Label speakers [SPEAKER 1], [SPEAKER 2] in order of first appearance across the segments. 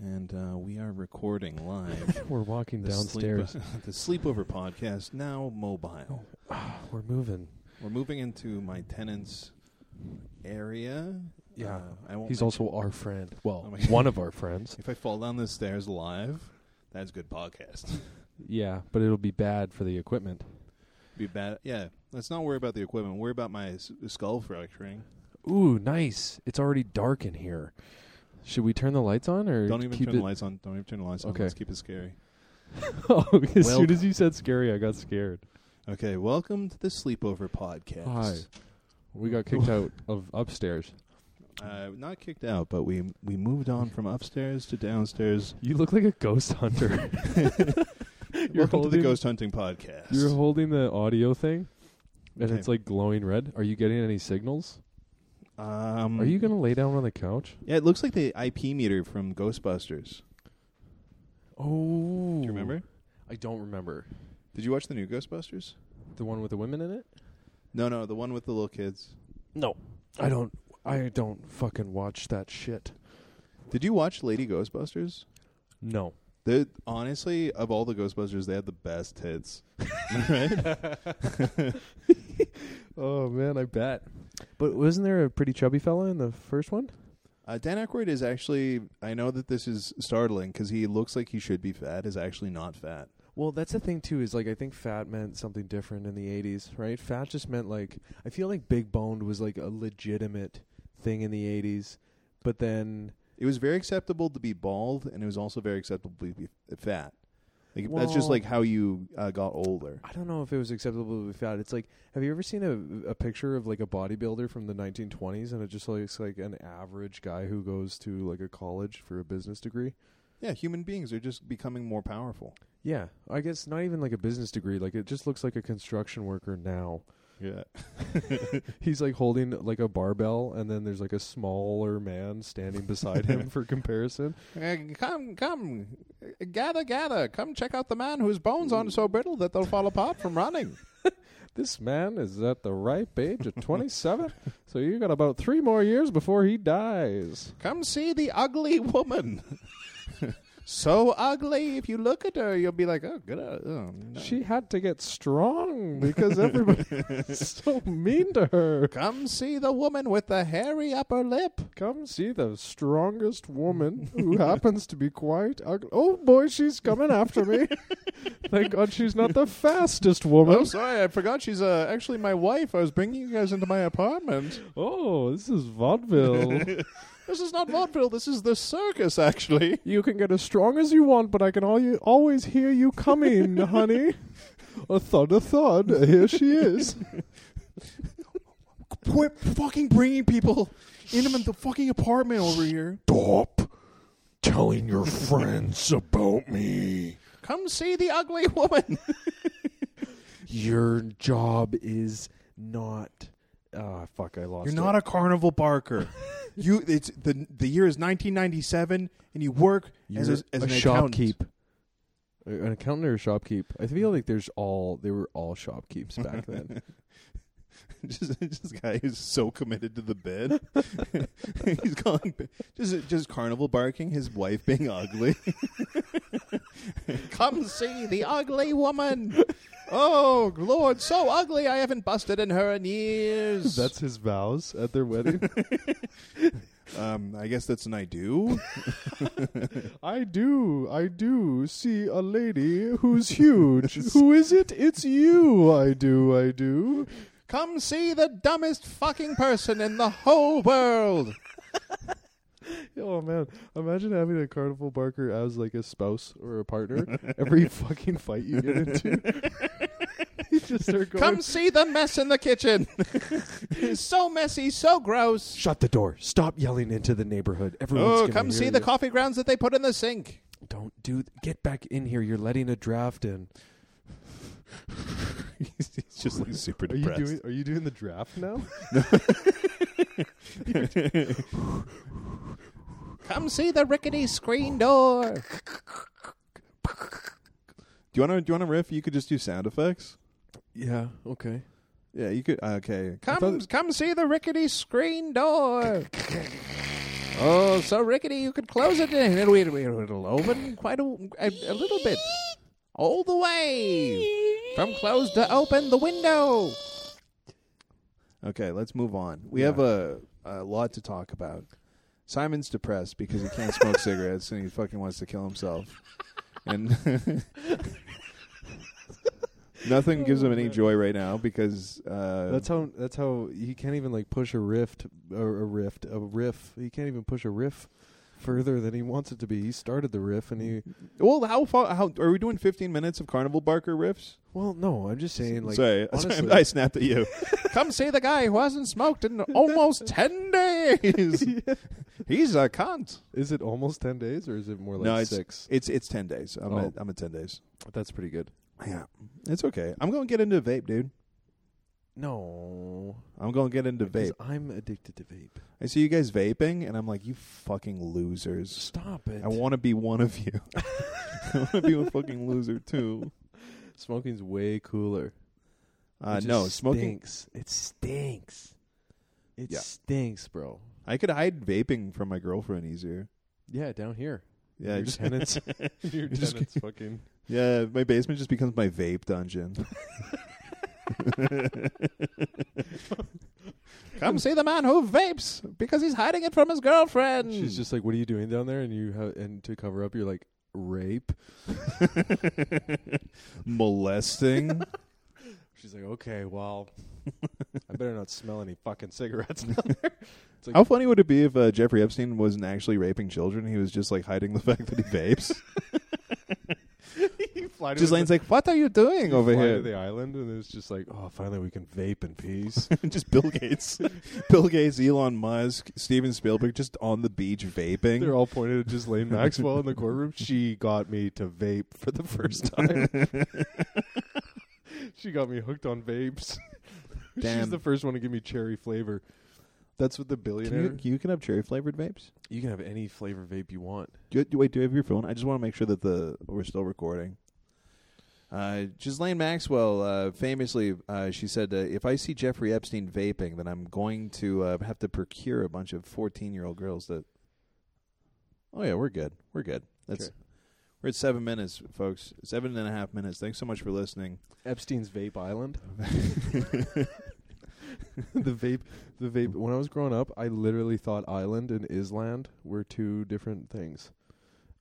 [SPEAKER 1] and uh, we are recording live.
[SPEAKER 2] We're walking
[SPEAKER 1] the sleep-
[SPEAKER 2] downstairs. Oh.
[SPEAKER 1] the sleepover podcast now mobile.
[SPEAKER 2] We're moving.
[SPEAKER 1] We're moving into my tenant's area.
[SPEAKER 2] Yeah.
[SPEAKER 1] Uh, I won't.
[SPEAKER 2] He's
[SPEAKER 1] mention-
[SPEAKER 2] also our friend. Well,
[SPEAKER 1] Oh my-
[SPEAKER 2] one of our friends.
[SPEAKER 1] If I fall down the stairs live, that's good podcast.
[SPEAKER 2] Yeah, but it'll be bad for the equipment.
[SPEAKER 1] Be bad. Yeah. Let's not worry about the equipment. Worry about my s- skull fracturing.
[SPEAKER 2] Ooh, nice. It's already dark in here. Should we turn the lights on or
[SPEAKER 1] Don't even
[SPEAKER 2] keep
[SPEAKER 1] turn
[SPEAKER 2] it?
[SPEAKER 1] the lights on. Don't even turn the lights on.
[SPEAKER 2] Okay.
[SPEAKER 1] Let's keep it scary.
[SPEAKER 2] oh, as
[SPEAKER 1] Well-
[SPEAKER 2] soon as you said scary, I got scared.
[SPEAKER 1] Okay. Welcome to the sleepover podcast.
[SPEAKER 2] We got kicked out of upstairs.
[SPEAKER 1] Uh, not kicked out, but we we moved on from upstairs to downstairs.
[SPEAKER 2] You look like a ghost hunter.
[SPEAKER 1] You're Welcome to the ghost hunting podcast.
[SPEAKER 2] You're holding the audio thing, and
[SPEAKER 1] Okay.
[SPEAKER 2] it's like glowing red. Are you getting any signals?
[SPEAKER 1] um,
[SPEAKER 2] Are you gonna lay down on the couch?
[SPEAKER 1] Yeah, it looks like the IP meter from Ghostbusters.
[SPEAKER 2] Oh,
[SPEAKER 1] Do you remember?
[SPEAKER 2] I don't remember
[SPEAKER 1] Did you watch the new Ghostbusters?
[SPEAKER 2] the one with the women in it.
[SPEAKER 1] No, no, the one with the little kids.
[SPEAKER 2] No, I don't. I don't fucking watch that shit.
[SPEAKER 1] Did you watch Lady Ghostbusters?
[SPEAKER 2] No.
[SPEAKER 1] They honestly, of all the Ghostbusters, they had the best tits. right?
[SPEAKER 2] Oh man, I bet. But wasn't there a pretty chubby fella in the first one?
[SPEAKER 1] Uh, Dan Aykroyd is actually. I know that this is startling because he looks like he should be fat. Is actually not fat.
[SPEAKER 2] Well, that's the thing too. Is like I think fat meant something different in the '80s, right? Fat just meant like I feel like big boned was like a legitimate thing in the '80s, but then
[SPEAKER 1] It was very acceptable to be bald, and it was also very acceptable to be fat. Like, that's just
[SPEAKER 2] Well-
[SPEAKER 1] like how you uh, got older.
[SPEAKER 2] I don't know if it was acceptable to be fat. It's like, have you ever seen a a picture of like a bodybuilder from the 1920s, and it just looks like an average guy who goes to like a college for a business degree?
[SPEAKER 1] Yeah, human beings are just becoming more powerful.
[SPEAKER 2] Yeah, I guess not even like a business degree. Like it just looks like a construction worker now.
[SPEAKER 1] Yeah.
[SPEAKER 2] He's like holding like a barbell, and then there's like a smaller man standing beside him for comparison.
[SPEAKER 1] Uh, come, come, gather, gather. Come check out the man whose bones aren't so brittle that they'll fall apart from running.
[SPEAKER 2] This man is at the ripe age of 27, so you got about three more years before he dies.
[SPEAKER 1] Come see the ugly woman. so ugly, if you look at her, you'll be like, oh, good. uh, Oh, no.
[SPEAKER 2] She had to get strong because everybody was so mean to her.
[SPEAKER 1] Come see the woman with the hairy upper lip.
[SPEAKER 2] Come see the strongest woman who happens to be quite ugly. Oh boy, she's coming after me. Thank God she's not the fastest
[SPEAKER 1] Oh,
[SPEAKER 2] woman.
[SPEAKER 1] sorry, I forgot she's uh, actually my wife. I was bringing you guys into my apartment.
[SPEAKER 2] Oh, this is vaudeville.
[SPEAKER 1] This is not vaudeville. This is the circus, actually.
[SPEAKER 2] you can get as strong as you want, but I can al- always hear you coming, honey. A thud, a thud. Here she is.
[SPEAKER 1] Quit fucking bringing people into the fucking apartment over here.
[SPEAKER 3] stop telling your friends about me.
[SPEAKER 1] Come see the ugly woman.
[SPEAKER 2] Your job is not. Ah, fuck! I lost.
[SPEAKER 1] You're not a carnival barker. You it's the the year is 1997 and you work as a, as an accountant.
[SPEAKER 2] shopkeep. An accountant or a shopkeep? I feel like there's all they were all shopkeeps back then.
[SPEAKER 1] just, this guy is so committed to the bed. He's calling just just carnival barking. His wife being ugly. Come see the ugly woman. Oh Lord, so ugly! I haven't busted in her in years.
[SPEAKER 2] his vows at their wedding.
[SPEAKER 1] um. I guess that's an I do.
[SPEAKER 2] I do, I do see a lady who's huge. Who is it? It's you. I do, I do.
[SPEAKER 1] Come see the dumbest fucking person in the whole world.
[SPEAKER 2] Oh man, imagine having a carnival barker as like a spouse or a partner. Every fucking fight you get into, you just start going.
[SPEAKER 1] Come see the mess in the kitchen. so messy, so gross.
[SPEAKER 2] Shut the door. Stop yelling into the neighborhood. Everyone's
[SPEAKER 1] Oh,
[SPEAKER 2] gonna
[SPEAKER 1] come
[SPEAKER 2] hear
[SPEAKER 1] see
[SPEAKER 2] you.
[SPEAKER 1] the coffee grounds that they put in the sink.
[SPEAKER 2] Don't do. Get back in here. You're letting a draft in.
[SPEAKER 1] he's, he's just like super
[SPEAKER 2] Are you doing? Are you doing the draft now?
[SPEAKER 1] Come see the rickety screen door. Do you want to? Do you want to riff? You could just do sound effects.
[SPEAKER 2] yeah. Okay.
[SPEAKER 1] Yeah, you could. uh, Okay,
[SPEAKER 2] I
[SPEAKER 1] come,
[SPEAKER 2] thought-
[SPEAKER 1] come see the rickety screen door.
[SPEAKER 4] Oh, so rickety, you could close it and it'll, it'll, it'll open quite a, a, a little bit. All the way. From closed to open, the window.
[SPEAKER 1] Okay, let's move on. We have a, a lot to talk about. Simon's depressed because he can't smoke cigarettes and he fucking wants to kill himself. And nothing gives him any joy right now because uh,
[SPEAKER 2] That's how. That's how he can't even like push a rift, or a rift, a riff. He can't even push a riff further than he wants it to be. He started the riff, and he.
[SPEAKER 1] well. How far? How are we doing? Fifteen minutes of Carnival Barker riffs?
[SPEAKER 2] Well, no, I'm just saying. Like,
[SPEAKER 1] sorry,
[SPEAKER 2] honestly,
[SPEAKER 1] I snapped at you.
[SPEAKER 4] Come see the guy who hasn't smoked in almost 10 days.
[SPEAKER 1] he's, he's a cunt.
[SPEAKER 2] is it almost ten days or is it more like
[SPEAKER 1] No, it's-
[SPEAKER 2] six?
[SPEAKER 1] It's it's ten days. I'm
[SPEAKER 2] Oh.
[SPEAKER 1] at I'm at ten days.
[SPEAKER 2] That's pretty good.
[SPEAKER 1] Yeah, it's okay. I'm gonna get into vape, dude.
[SPEAKER 2] No,
[SPEAKER 1] I'm gonna get into
[SPEAKER 2] 'cause
[SPEAKER 1] vape.
[SPEAKER 2] I'm addicted to vape.
[SPEAKER 1] I see you guys vaping, and I'm like, you fucking losers.
[SPEAKER 2] Stop it.
[SPEAKER 1] I want to be one of you. I want to be a fucking loser too.
[SPEAKER 2] Smoking's way cooler.
[SPEAKER 1] Uh,
[SPEAKER 2] It
[SPEAKER 1] no,
[SPEAKER 2] just
[SPEAKER 1] smoking.
[SPEAKER 2] stinks. It stinks. It
[SPEAKER 1] Yeah.
[SPEAKER 2] stinks, bro.
[SPEAKER 1] I could hide vaping from my girlfriend easier.
[SPEAKER 2] Yeah, down here.
[SPEAKER 1] Yeah, I
[SPEAKER 2] your
[SPEAKER 1] just,
[SPEAKER 2] tenants. your
[SPEAKER 1] just
[SPEAKER 2] tenants fucking.
[SPEAKER 1] yeah. My basement just becomes my vape dungeon.
[SPEAKER 4] Come see the man who vapes because he's hiding it from his girlfriend.
[SPEAKER 2] She's just like, "What are you doing down there?" And you have, and to cover up, you're like, "Rape."
[SPEAKER 1] Molesting.
[SPEAKER 2] She's like, "Okay, well, I better not smell any fucking cigarettes down there." It's like,
[SPEAKER 1] How funny would it be if uh, Jeffrey Epstein wasn't actually raping children? He was just like hiding the fact that he vapes.
[SPEAKER 2] you fly to
[SPEAKER 1] Ghislaine's like, "What are you doing over
[SPEAKER 2] fly
[SPEAKER 1] here?"
[SPEAKER 2] to the island, and it's just like, "Oh, finally, we can vape in peace."
[SPEAKER 1] just Bill Gates, Bill Gates, Elon Musk, Steven Spielberg, just on the beach vaping.
[SPEAKER 2] They're all pointed at Ghislaine Maxwell in the courtroom. She got me to vape for the first time. she got me hooked on vapes. She's
[SPEAKER 1] Damn.
[SPEAKER 2] the first one to give me cherry flavor. That's what the
[SPEAKER 1] can
[SPEAKER 2] billionaire.
[SPEAKER 1] you, you can have cherry flavored vapes.
[SPEAKER 2] you can have any flavor vape you want.
[SPEAKER 1] Do you, wait, do you have your phone? I just want to make sure that the we're still recording. Uh, Ghislaine Maxwell uh, famously, uh, she said, uh, "If I see Jeffrey Epstein vaping, then I'm going to uh, have to procure a bunch of 14 year old girls that." Oh yeah, we're good. We're good. That's
[SPEAKER 2] Sure.
[SPEAKER 1] we're at seven minutes, folks. Seven and a half minutes. Thanks so much for listening.
[SPEAKER 2] Epstein's vape island. the vape, the vape. When I was growing up, I literally thought island and island were two different things.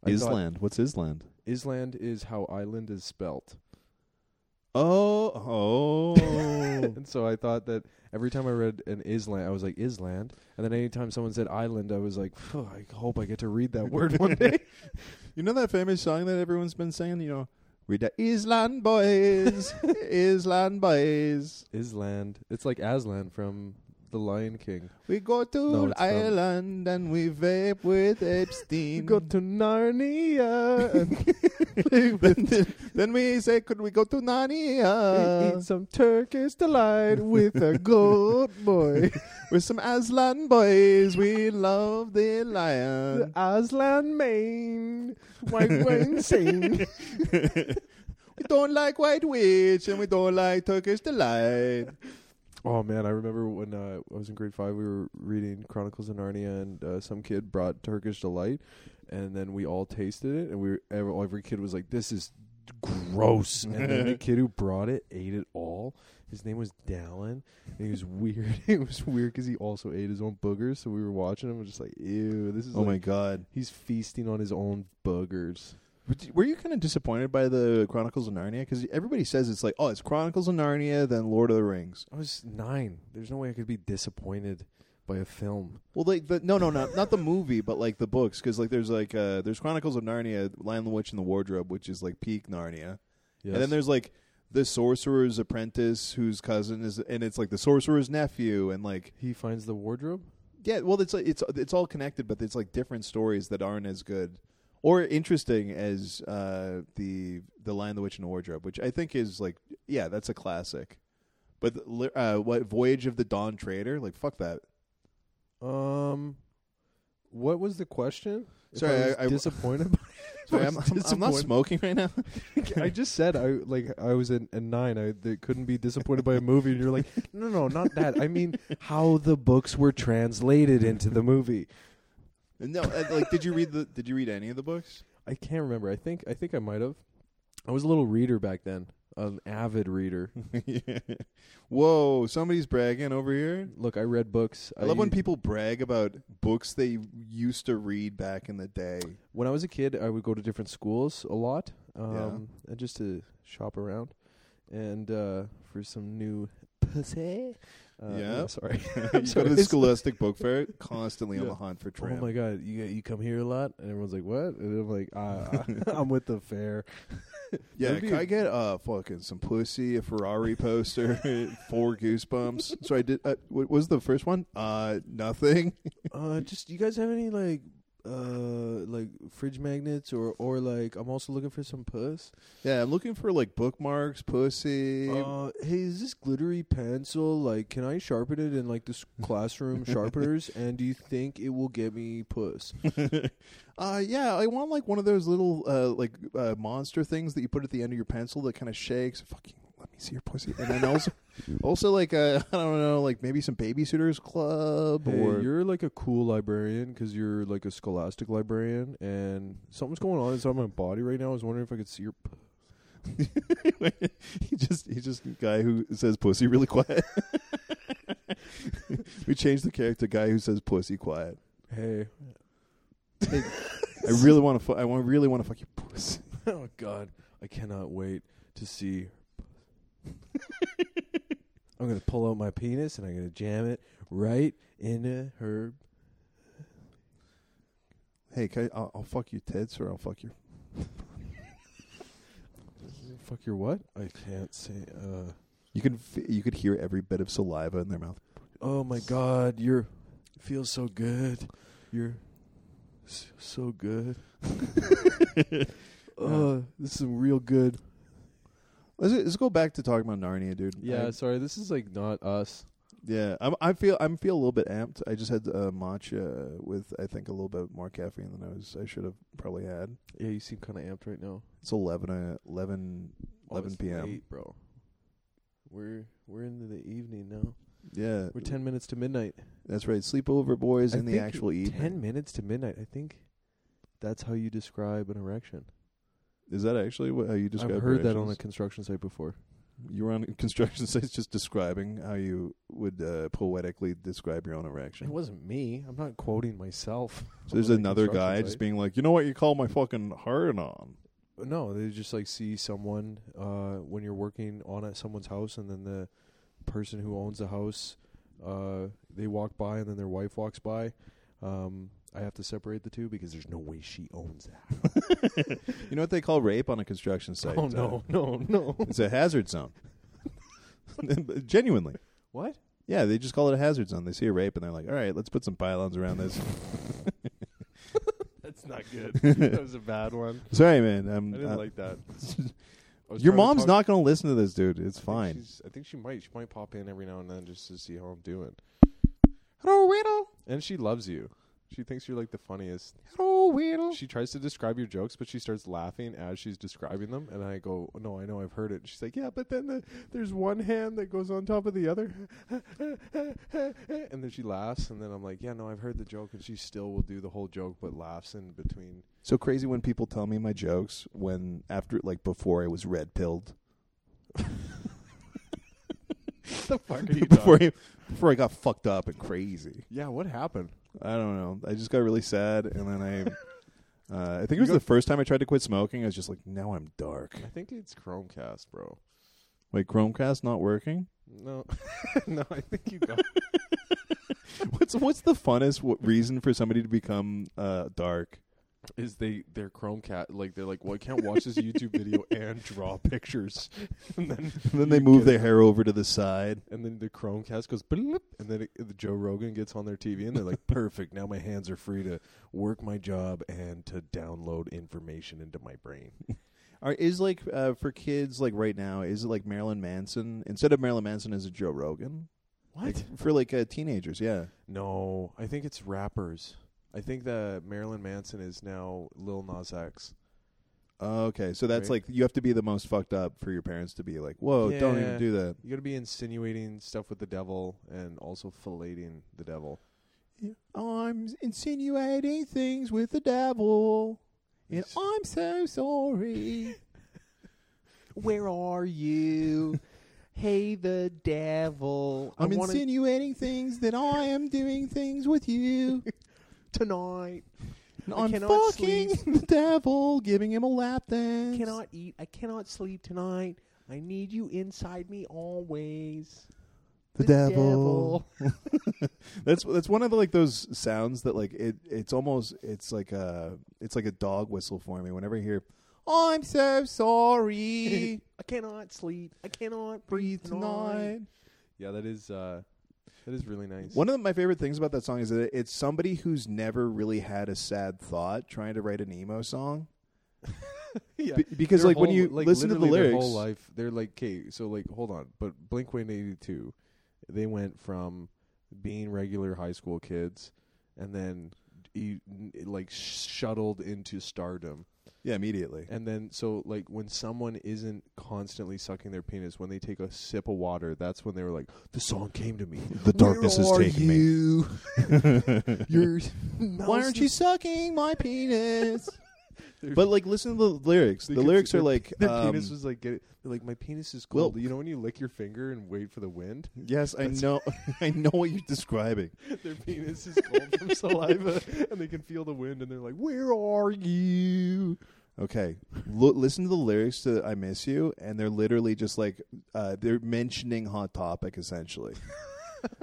[SPEAKER 2] I thought
[SPEAKER 1] Island. What's Island?
[SPEAKER 2] Island is how island is spelt.
[SPEAKER 1] Oh, oh.
[SPEAKER 2] and so I thought that every time I read an Island, I was like Island, and then anytime someone said island, I was like, "Phew, I hope I get to read that word one day.
[SPEAKER 1] you know that famous song that everyone's been saying? You know, we the Island boys, Island boys.
[SPEAKER 2] Island. It's like Aslan from The Lion King.
[SPEAKER 1] We go to
[SPEAKER 2] No, it's from-
[SPEAKER 1] Ireland and we vape with Epstein.
[SPEAKER 2] to Narnia and
[SPEAKER 1] then, then we say, could we go to Narnia
[SPEAKER 2] some Turkish delight with a goat boy.
[SPEAKER 1] with some Aslan boys? We love the lion.
[SPEAKER 2] Aslan main, white wine sing.
[SPEAKER 1] We don't like white witch and we don't like Turkish delight.
[SPEAKER 2] Oh man, I remember when uh, I was in grade five, we were reading Chronicles of Narnia, and uh, some kid brought Turkish delight, and then we all tasted it, and we were, every, every kid was like, "This is gross," and then the kid who brought it ate it all. His name was Dallin, and he was weird. it was weird because he also ate his own boogers. So we were watching him, and just like, "Ew, this is
[SPEAKER 1] Oh my
[SPEAKER 2] like-
[SPEAKER 1] god.
[SPEAKER 2] He's feasting on his own boogers.
[SPEAKER 1] But Were you kind of disappointed by the Chronicles of Narnia? Because everybody says it's like, oh, it's Chronicles of Narnia, then Lord of the Rings.
[SPEAKER 2] I was nine. There's no way I could be disappointed by a film.
[SPEAKER 1] Well, like the no, no, not not the movie, but like the books, because like there's like uh, there's Chronicles of Narnia, Lion, the Witch, and the Wardrobe, which is like peak Narnia, and
[SPEAKER 2] Yes.
[SPEAKER 1] then there's like the Sorcerer's Apprentice, whose cousin is, and it's like the Sorcerer's nephew, and like
[SPEAKER 2] he finds the wardrobe.
[SPEAKER 1] yeah, well, it's like it's it's all connected, but it's like different stories that aren't as good or interesting as uh, the the Lion, the Witch, and the Wardrobe, which I think is like yeah, that's a classic. But the li- uh, what Voyage of the Dawn Trader? Like fuck that.
[SPEAKER 2] Um, what was the question? If
[SPEAKER 1] Sorry,
[SPEAKER 2] I was
[SPEAKER 1] I- I-
[SPEAKER 2] disappointed. by-
[SPEAKER 1] Sorry,
[SPEAKER 2] I
[SPEAKER 1] I'm,
[SPEAKER 2] was
[SPEAKER 1] I'm, I'm not
[SPEAKER 2] disappointed.
[SPEAKER 1] smoking right now.
[SPEAKER 2] I just said I like I was in at nine. I they couldn't be disappointed by a movie, and you're like, no, no, not that. I mean, how the books were translated into the movie.
[SPEAKER 1] No, uh, like, did you read the? Did you read any of the books?
[SPEAKER 2] I can't remember. I think I think I might have. I was a little reader back then, an avid reader.
[SPEAKER 1] yeah. Whoa, somebody's bragging over here.
[SPEAKER 2] Look, I read books.
[SPEAKER 1] I love when
[SPEAKER 2] u-
[SPEAKER 1] people brag about books they used to read back in the day.
[SPEAKER 2] when I was a kid, I would go to different schools a lot, um, and just to shop around and uh, for some new pussy. Uh,
[SPEAKER 1] Yeah.
[SPEAKER 2] no, sorry.
[SPEAKER 1] you go to
[SPEAKER 2] sorry.
[SPEAKER 1] the Scholastic Book Fair, constantly on
[SPEAKER 2] Yeah.
[SPEAKER 1] the hunt for
[SPEAKER 2] Oh
[SPEAKER 1] tramp.
[SPEAKER 2] my god, you you come here a lot, and everyone's like, "What?" And I'm like, uh, "I'm with the fair."
[SPEAKER 1] yeah,
[SPEAKER 2] That'd be
[SPEAKER 1] can
[SPEAKER 2] a-
[SPEAKER 1] I get uh fucking some pussy, a Ferrari poster, four goosebumps? So I did. Uh, what was the first one? Uh, nothing.
[SPEAKER 2] Uh, just you guys have any like uh like fridge magnets or or like I'm also looking for some puss.
[SPEAKER 1] Yeah, I'm looking for like bookmarks, pussy.
[SPEAKER 2] Uh, hey, is this glittery pencil like can I sharpen it in like this classroom sharpeners? And do you think it will get me puss?
[SPEAKER 1] uh, yeah, I want like one of those little uh, like uh, monster things that you put at the end of your pencil that kind of shakes. Fucking let me see your pussy, and then also, also like uh, I don't know, like maybe some babysitters club
[SPEAKER 2] Hey,
[SPEAKER 1] or
[SPEAKER 2] you're like a cool librarian because you're like a scholastic librarian, and something's going on inside my body right now. I was wondering if I could see your. P-
[SPEAKER 1] he just he's just a guy who says pussy really quiet. we changed the character to guy who says pussy quiet.
[SPEAKER 2] hey,
[SPEAKER 1] I really want to. Fu- I want really want to fuck your pussy.
[SPEAKER 2] oh god, I cannot wait to see. I'm gonna pull out my penis and I'm gonna jam it right into her.
[SPEAKER 1] Hey, can I, will I'll fuck your tits or I'll fuck your.
[SPEAKER 2] Fuck your what? I can't say. Uh,
[SPEAKER 1] You can f- you could hear every bit of saliva in their mouth.
[SPEAKER 2] oh my god, you're feels so good. You're s- so good. uh, this is some real good.
[SPEAKER 1] Let's, let's go back to talking about Narnia, dude. I-
[SPEAKER 2] sorry, this is like not us.
[SPEAKER 1] yeah. I'm, I feel I'm feel a little bit amped. I just had uh, matcha with I think a little bit more caffeine than I was I should have probably had.
[SPEAKER 2] Yeah, you seem kind of amped right now.
[SPEAKER 1] It's 11, uh, 11
[SPEAKER 2] Oh, it's
[SPEAKER 1] 11 p.m..
[SPEAKER 2] late, bro. We're we're into the evening now.
[SPEAKER 1] Yeah,
[SPEAKER 2] We're ten minutes to midnight.
[SPEAKER 1] That's right. Sleepover boys
[SPEAKER 2] I
[SPEAKER 1] in the
[SPEAKER 2] think
[SPEAKER 1] actual evening.
[SPEAKER 2] Ten minutes to midnight. I think that's how you describe an erection.
[SPEAKER 1] Is that actually what, how you describe?
[SPEAKER 2] I've heard that on a
[SPEAKER 1] erections?
[SPEAKER 2] construction site before.
[SPEAKER 1] You were on a construction sites, just describing how you would uh, poetically describe your own
[SPEAKER 2] It
[SPEAKER 1] erection.
[SPEAKER 2] wasn't me. I'm not quoting myself.
[SPEAKER 1] So there's
[SPEAKER 2] on a
[SPEAKER 1] another
[SPEAKER 2] construction
[SPEAKER 1] guy
[SPEAKER 2] site.
[SPEAKER 1] just being like, you know what you call my fucking hard on.
[SPEAKER 2] No, they just like see someone uh, when you're working on at someone's house, and then the person who owns the house, uh, they walk by, and then their wife walks by. Um, I have to separate the two because there's no way she owns that.
[SPEAKER 1] You know what they call rape on a construction site?
[SPEAKER 2] oh
[SPEAKER 1] uh,
[SPEAKER 2] no, no, no!
[SPEAKER 1] It's a hazard zone. Genuinely.
[SPEAKER 2] What?
[SPEAKER 1] Yeah, they just call it a hazard zone. They see a rape and they're like, all right, let's put some pylons around this.
[SPEAKER 2] That's not good. that was a bad one.
[SPEAKER 1] Sorry, man. I'm,
[SPEAKER 2] I didn't
[SPEAKER 1] uh,
[SPEAKER 2] like that. I was
[SPEAKER 1] your
[SPEAKER 2] trying to
[SPEAKER 1] mom's
[SPEAKER 2] talk-
[SPEAKER 1] not going to listen to this, dude. It's
[SPEAKER 2] I think
[SPEAKER 1] fine.
[SPEAKER 2] she's- I think she might. She might pop in every now and then just to see how I'm doing.
[SPEAKER 4] Hello, Riddle.
[SPEAKER 2] And she loves you. She thinks you're like the funniest.
[SPEAKER 4] Hello, Riddle.
[SPEAKER 2] She tries to describe your jokes, but she starts laughing as she's describing them. And I go, "No, I know, I've heard it." She's like, "Yeah, but then the, there's one hand that goes on top of the other," and then she laughs. And then I'm like, "Yeah, no, I've heard the joke." And she still will do the whole joke, but laughs in between.
[SPEAKER 1] So crazy when people tell me my jokes when after like before I was red pilled.
[SPEAKER 2] the fuck
[SPEAKER 1] before I, before I got fucked up and crazy.
[SPEAKER 2] Yeah, what happened?
[SPEAKER 1] I don't know. I just got really sad and then I uh, I think it was the first time I tried to quit smoking. I was just like, now I'm dark.
[SPEAKER 2] I think it's Chromecast, bro.
[SPEAKER 1] Wait, Chromecast not working?
[SPEAKER 2] No, no, I think you got.
[SPEAKER 1] What's what's the funnest w- reason for somebody to become uh, dark?
[SPEAKER 2] is they their Chromecast like they're like, well, I can't watch this YouTube video and draw pictures, and then
[SPEAKER 1] And then they
[SPEAKER 2] you
[SPEAKER 1] move
[SPEAKER 2] get-
[SPEAKER 1] their hair over to the side.
[SPEAKER 2] and then the Chromecast goes bloop, and then it, the Joe Rogan gets on their TV, and they're like, perfect. Now my hands are free to work my job and to download information into my brain.
[SPEAKER 1] Are, is like uh, for kids like right now? Is it like Marilyn Manson instead of Marilyn Manson? Is it Joe Rogan? Like, for like uh, teenagers? Yeah.
[SPEAKER 2] No, I think it's rappers. I think that Marilyn Manson is now Lil Nas X.
[SPEAKER 1] Okay, so that's
[SPEAKER 2] Right.
[SPEAKER 1] like you have to be the most fucked up for your parents to be like, "Whoa, don't even
[SPEAKER 2] Yeah.
[SPEAKER 1] do that."
[SPEAKER 2] You got to be insinuating stuff with the devil and also filleting the devil.
[SPEAKER 1] I'm insinuating things with the devil, and I'm so sorry.
[SPEAKER 4] Where are you? hey, the devil.
[SPEAKER 1] I'm
[SPEAKER 4] wanna-
[SPEAKER 1] insinuating things that I am doing things with you.
[SPEAKER 4] tonight.
[SPEAKER 1] And
[SPEAKER 4] I
[SPEAKER 1] I'm
[SPEAKER 4] cannot
[SPEAKER 1] fucking the devil, giving him a lap dance.
[SPEAKER 4] I cannot eat. I cannot sleep tonight. I need you inside me always.
[SPEAKER 1] the, devil. That's that's one of the, like those sounds that like it. It's almost it's like a it's like a dog whistle for me whenever I hear. I'm so sorry.
[SPEAKER 4] I cannot sleep. I cannot
[SPEAKER 1] Breathe
[SPEAKER 4] breathe
[SPEAKER 1] tonight.
[SPEAKER 2] Yeah, that is uh, that is really nice.
[SPEAKER 1] One of my favorite things about that song is that it's somebody who's never really had a sad thought trying to write an emo song.
[SPEAKER 2] yeah.
[SPEAKER 1] Be- because
[SPEAKER 2] Their
[SPEAKER 1] like when
[SPEAKER 2] whole-
[SPEAKER 1] you
[SPEAKER 2] like,
[SPEAKER 1] listen to the
[SPEAKER 2] literally
[SPEAKER 1] lyrics,
[SPEAKER 2] their whole life they're like, okay, so like, hold on, but Blink One Eighty Two, they went from being regular high school kids, and then e- n- like shuttled into stardom,
[SPEAKER 1] yeah, immediately.
[SPEAKER 2] and then so like when someone isn't constantly sucking their penis, when they take a sip of water, that's when they were like, the song came to me.
[SPEAKER 3] The darkness is taking me.
[SPEAKER 2] You're
[SPEAKER 1] Why aren't you sucking my penis? but like, listen to the lyrics. The lyrics are like,
[SPEAKER 2] their
[SPEAKER 1] um,
[SPEAKER 2] penis was like, get they're like my penis is
[SPEAKER 1] Well-
[SPEAKER 2] cold. you know when you lick your finger and wait for the wind.
[SPEAKER 1] yes, I know, I know what you're describing.
[SPEAKER 2] their penis is cold from saliva and they can feel the wind and they're like, Where are you?
[SPEAKER 1] Okay, Lo- listen to the lyrics to "I Miss You," and they're literally just like uh, they're mentioning Hot Topic essentially.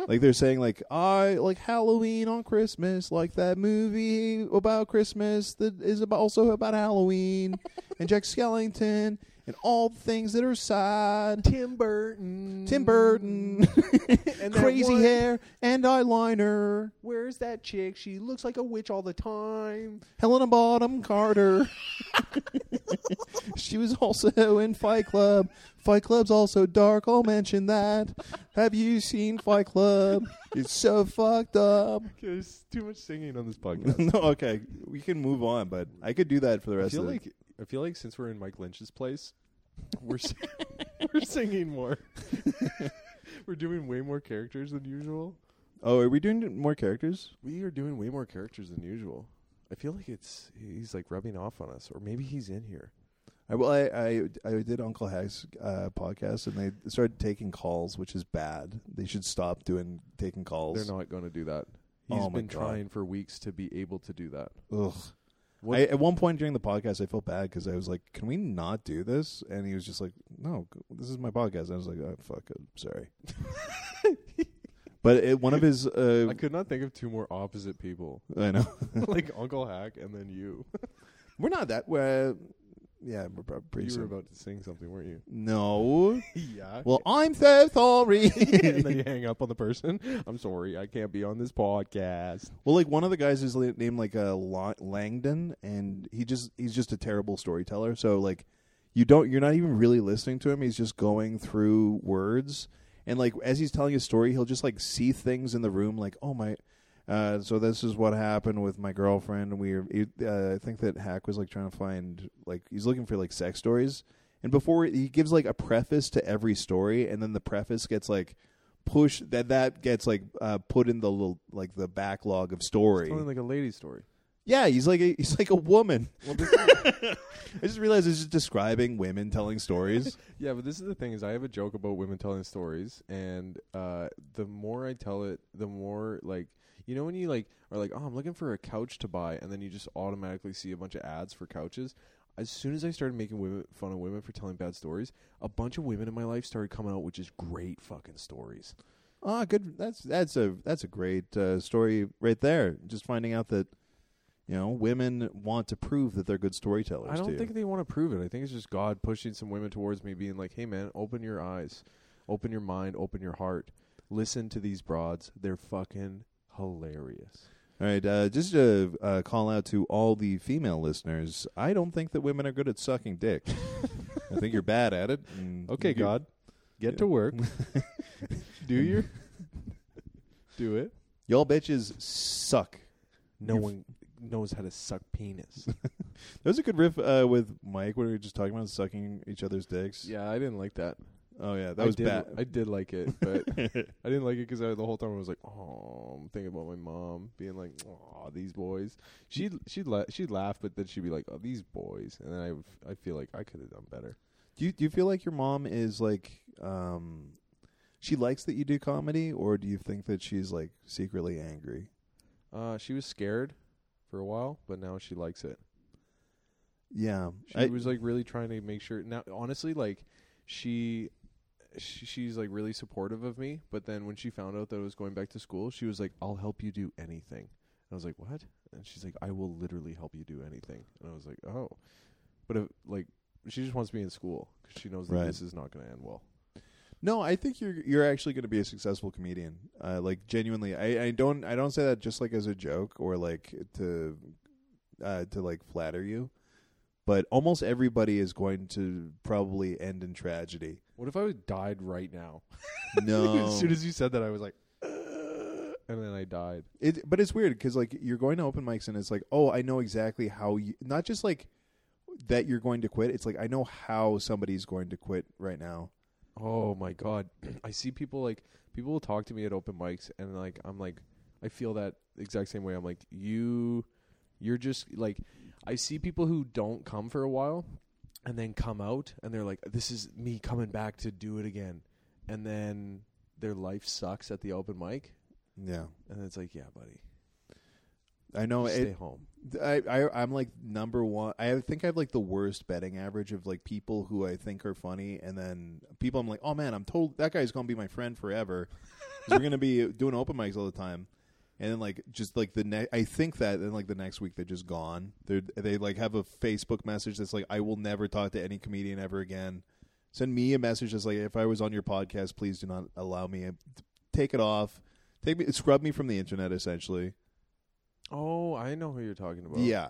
[SPEAKER 1] like they're saying like I like Halloween on Christmas, like that movie about Christmas that is about also about Halloween and Jack Skellington and all the things that are sad.
[SPEAKER 4] Tim Burton.
[SPEAKER 1] Tim Burton,
[SPEAKER 4] And that
[SPEAKER 1] crazy
[SPEAKER 4] one-
[SPEAKER 1] hair and eyeliner.
[SPEAKER 4] Where's that chick? She looks like a witch all the time.
[SPEAKER 1] Helena Bottom Carter. she was also in Fight Club. Fight Club's also dark. I'll mention that. Have you seen Fight Club? It's so fucked up.
[SPEAKER 2] There's too much singing on this podcast.
[SPEAKER 1] no, okay, we can move on, but I could do that for the
[SPEAKER 2] I
[SPEAKER 1] rest
[SPEAKER 2] feel
[SPEAKER 1] of
[SPEAKER 2] like I feel like since we're in Mike Lynch's place, we're sing- we're singing more. we're doing way more characters than usual.
[SPEAKER 1] the. Oh, are we doing more characters?
[SPEAKER 2] We are doing way more characters than usual. I feel like it's he's like rubbing off on us, or maybe he's in here.
[SPEAKER 1] I, well, I, I I did Uncle Hack's uh, podcast, and they started taking calls, which is bad. They should stop doing taking calls.
[SPEAKER 2] They're not going to do that. He's
[SPEAKER 1] Oh my
[SPEAKER 2] been
[SPEAKER 1] God.
[SPEAKER 2] trying for weeks to be able to do that.
[SPEAKER 1] Ugh.
[SPEAKER 2] What-
[SPEAKER 1] I, at one point during the podcast, I felt bad because I was like, "Can we not do this?" And he was just like, "No, g- this is my podcast." I was like, "Oh fuck, I'm sorry." but it, one of his, uh,
[SPEAKER 2] I could not think of two more opposite people.
[SPEAKER 1] I know
[SPEAKER 2] like Uncle Hack and then you.
[SPEAKER 1] we're not that. We're, yeah, we're prob- pretty
[SPEAKER 2] you
[SPEAKER 1] soon.
[SPEAKER 2] were about to sing something, weren't you?
[SPEAKER 1] no.
[SPEAKER 2] yeah.
[SPEAKER 1] Well, I'm so sorry.
[SPEAKER 2] and then you hang up on the person. I'm sorry, I can't be on this podcast.
[SPEAKER 1] well, like one of the guys is li- named like uh, La- Langdon, and he just he's just a terrible storyteller. So like, you don't you're not even really listening to him. He's just going through words, and like as he's telling his story, he'll just like see things in the room, like oh my. Uh, so this is what happened with my girlfriend, and we. Were, uh, I think that Hack was like trying to find like he's looking for like sex stories, and before he gives like a preface to every story, and then the preface gets like push that that gets like uh, put in the little, like the backlog of story.
[SPEAKER 2] Telling like a lady story.
[SPEAKER 1] yeah, he's like a, he's like a woman.
[SPEAKER 2] Well, this
[SPEAKER 1] I just realized it's just describing women telling stories.
[SPEAKER 2] yeah, but this is the thing is I have a joke about women telling stories, and uh, the more I tell it, the more like you know when you like are like, oh, I'm looking for a couch to buy, and then you just automatically see a bunch of ads for couches. As soon as I started making women fun of women for telling bad stories, a bunch of women in my life started coming out with just great fucking stories.
[SPEAKER 1] Ah, good. That's that's a that's a great uh, story right there. Just finding out that you know women want to prove that they're good storytellers.
[SPEAKER 2] I
[SPEAKER 1] to
[SPEAKER 2] don't
[SPEAKER 1] you.
[SPEAKER 2] think they want to prove it. I think it's just God pushing some women towards me, being like, "Hey, man, open your eyes, open your mind, open your heart. Listen to these broads. They're fucking hilarious."
[SPEAKER 1] All right, uh, just to uh, call out to all the female listeners, I don't think that women are good at sucking dick. I think you're bad at it. and
[SPEAKER 2] Okay,
[SPEAKER 1] you-
[SPEAKER 2] God, get
[SPEAKER 1] Yeah.
[SPEAKER 2] to work. do your, do it.
[SPEAKER 1] y'all bitches suck.
[SPEAKER 2] No
[SPEAKER 1] You've-
[SPEAKER 2] one knows how to suck penis.
[SPEAKER 1] That was a good riff uh, with Mike when we were just talking about sucking each other's dicks.
[SPEAKER 2] yeah, I didn't like that.
[SPEAKER 1] Oh yeah, that
[SPEAKER 2] I
[SPEAKER 1] was
[SPEAKER 2] did,
[SPEAKER 1] bad.
[SPEAKER 2] I did like it, but I didn't like it because the whole time I was like, "Oh, I'm thinking about my mom being like, oh, these boys." She would she'd la- she'd laugh, but then she'd be like, "Oh, these boys," and then I I feel like I could have done better.
[SPEAKER 1] do you do you feel like your mom is like um she likes that you do comedy or do you think that she's like secretly angry?
[SPEAKER 2] Uh, she was scared for a while, but now she likes it.
[SPEAKER 1] Yeah.
[SPEAKER 2] She
[SPEAKER 1] I-
[SPEAKER 2] was uh, like really trying to make sure. Now, honestly, like she, she she's like really supportive of me. But then when she found out that I was going back to school, she was like, "I'll help you do anything." And I was like, "What?" And she's like, "I will literally help you do anything." And I was like, "Oh," but if, like she just wants me in school because she knows that
[SPEAKER 1] Right.
[SPEAKER 2] this is not going to end well.
[SPEAKER 1] No, I think you're you're actually going to be a successful comedian. Uh, like genuinely, I, I don't I don't say that just like as a joke or like to uh, to like flatter you, but almost everybody is going to probably end in tragedy.
[SPEAKER 2] What if I would died right now?
[SPEAKER 1] No,
[SPEAKER 2] as soon as you said that, I was like, "Ugh," and then I died.
[SPEAKER 1] It, but it's weird because like you're going to open mics and it's like, oh, I know exactly how you. Not just like that you're going to quit. It's like I know how somebody's going to quit right now.
[SPEAKER 2] Oh my god. I see people like people will talk to me at open mics and like I'm like I feel that exact same way. I'm like you you're just like I see people who don't come for a while and then come out and they're like this is me coming back to do it again. And then their life sucks at the open mic
[SPEAKER 1] Yeah,
[SPEAKER 2] and it's like yeah, buddy.
[SPEAKER 1] I know.
[SPEAKER 2] just
[SPEAKER 1] it,
[SPEAKER 2] stay home.
[SPEAKER 1] I, I I'm like number one. I think I have like the worst betting average of like people who I think are funny, and then people I'm like, oh man, I'm told that guy's gonna be my friend forever. 'Cause we're gonna be doing open mics all the time, and then like just like the next, I think that then like the next week they're just gone. They they like have a Facebook message that's like, I will never talk to any comedian ever again. Send me a message that's like, if I was on your podcast, please do not allow me. uh, Take it off. Take me, scrub me from the internet, essentially.
[SPEAKER 2] Oh, I know who you're talking about.
[SPEAKER 1] yeah.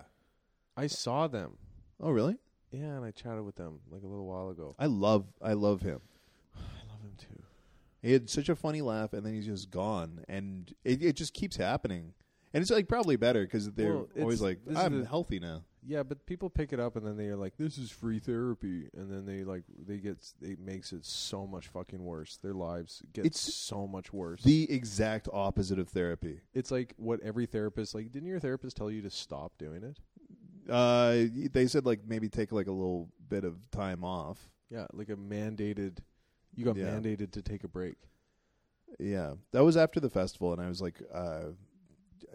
[SPEAKER 2] I saw them.
[SPEAKER 1] Oh really?
[SPEAKER 2] Yeah, and I chatted with them like a little while ago.
[SPEAKER 1] I love I love him.
[SPEAKER 2] I love him too.
[SPEAKER 1] He had such a funny laugh, and then he's just gone, and it, it just keeps happening. And it's like probably better because they're
[SPEAKER 2] Well, it's-
[SPEAKER 1] always like,
[SPEAKER 2] this is
[SPEAKER 1] "I'm
[SPEAKER 2] the-
[SPEAKER 1] healthy now."
[SPEAKER 2] Yeah, but people pick it up and then they're like, "This is free therapy," and then they like they get it makes it so much fucking worse. Their lives get
[SPEAKER 1] It's-
[SPEAKER 2] so much worse.
[SPEAKER 1] The exact opposite of therapy.
[SPEAKER 2] it's like what every therapist like. Didn't your therapist tell you to stop doing it?
[SPEAKER 1] Uh, they said like maybe take like a little bit of time off.
[SPEAKER 2] Yeah, like a mandated. You got
[SPEAKER 1] Yeah.
[SPEAKER 2] mandated to take a break.
[SPEAKER 1] Yeah, that was after the festival, and I was like, uh,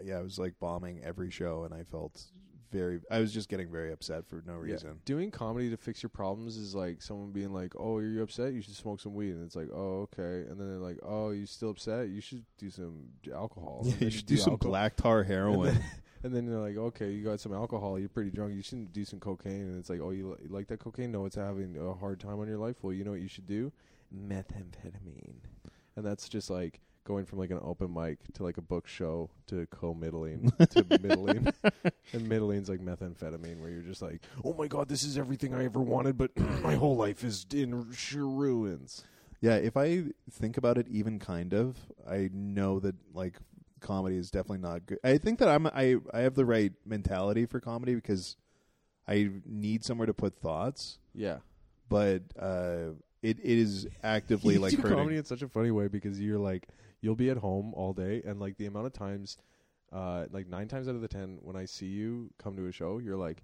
[SPEAKER 1] yeah, I was like bombing every show, and I felt very. I was just getting very upset for no
[SPEAKER 2] Yeah.
[SPEAKER 1] reason.
[SPEAKER 2] Doing comedy to fix your problems is like someone being like, "Oh, are you upset? You should smoke some weed." And it's like, "Oh, okay." And then they're like, "Oh, you still upset? You should do some alcohol." And
[SPEAKER 1] you
[SPEAKER 2] then
[SPEAKER 1] should do some
[SPEAKER 2] alcohol.
[SPEAKER 1] black tar heroin.
[SPEAKER 2] And then they're like, okay, you got some alcohol. You're pretty drunk. You shouldn't do some cocaine. And it's like, oh, you, li- you like that cocaine? No, it's having a hard time on your life. Well, you know what you should do? Methamphetamine. And that's just like going from like an open mic to like a book show to co-middling to middling. And middling's like methamphetamine where you're just like, oh my God, this is everything I ever wanted, but my whole life is in sheer ruins.
[SPEAKER 1] Yeah, if I think about it even kind of, I know that like comedy is definitely not good. I think that I'm I I have the right mentality for comedy because I need somewhere to put thoughts,
[SPEAKER 2] Yeah.
[SPEAKER 1] but uh it, it is actively like
[SPEAKER 2] you do
[SPEAKER 1] hurting.
[SPEAKER 2] comedy in such a funny way because you're like you'll be at home all day and like the amount of times uh like nine times out of the ten when i see you come to a show you're like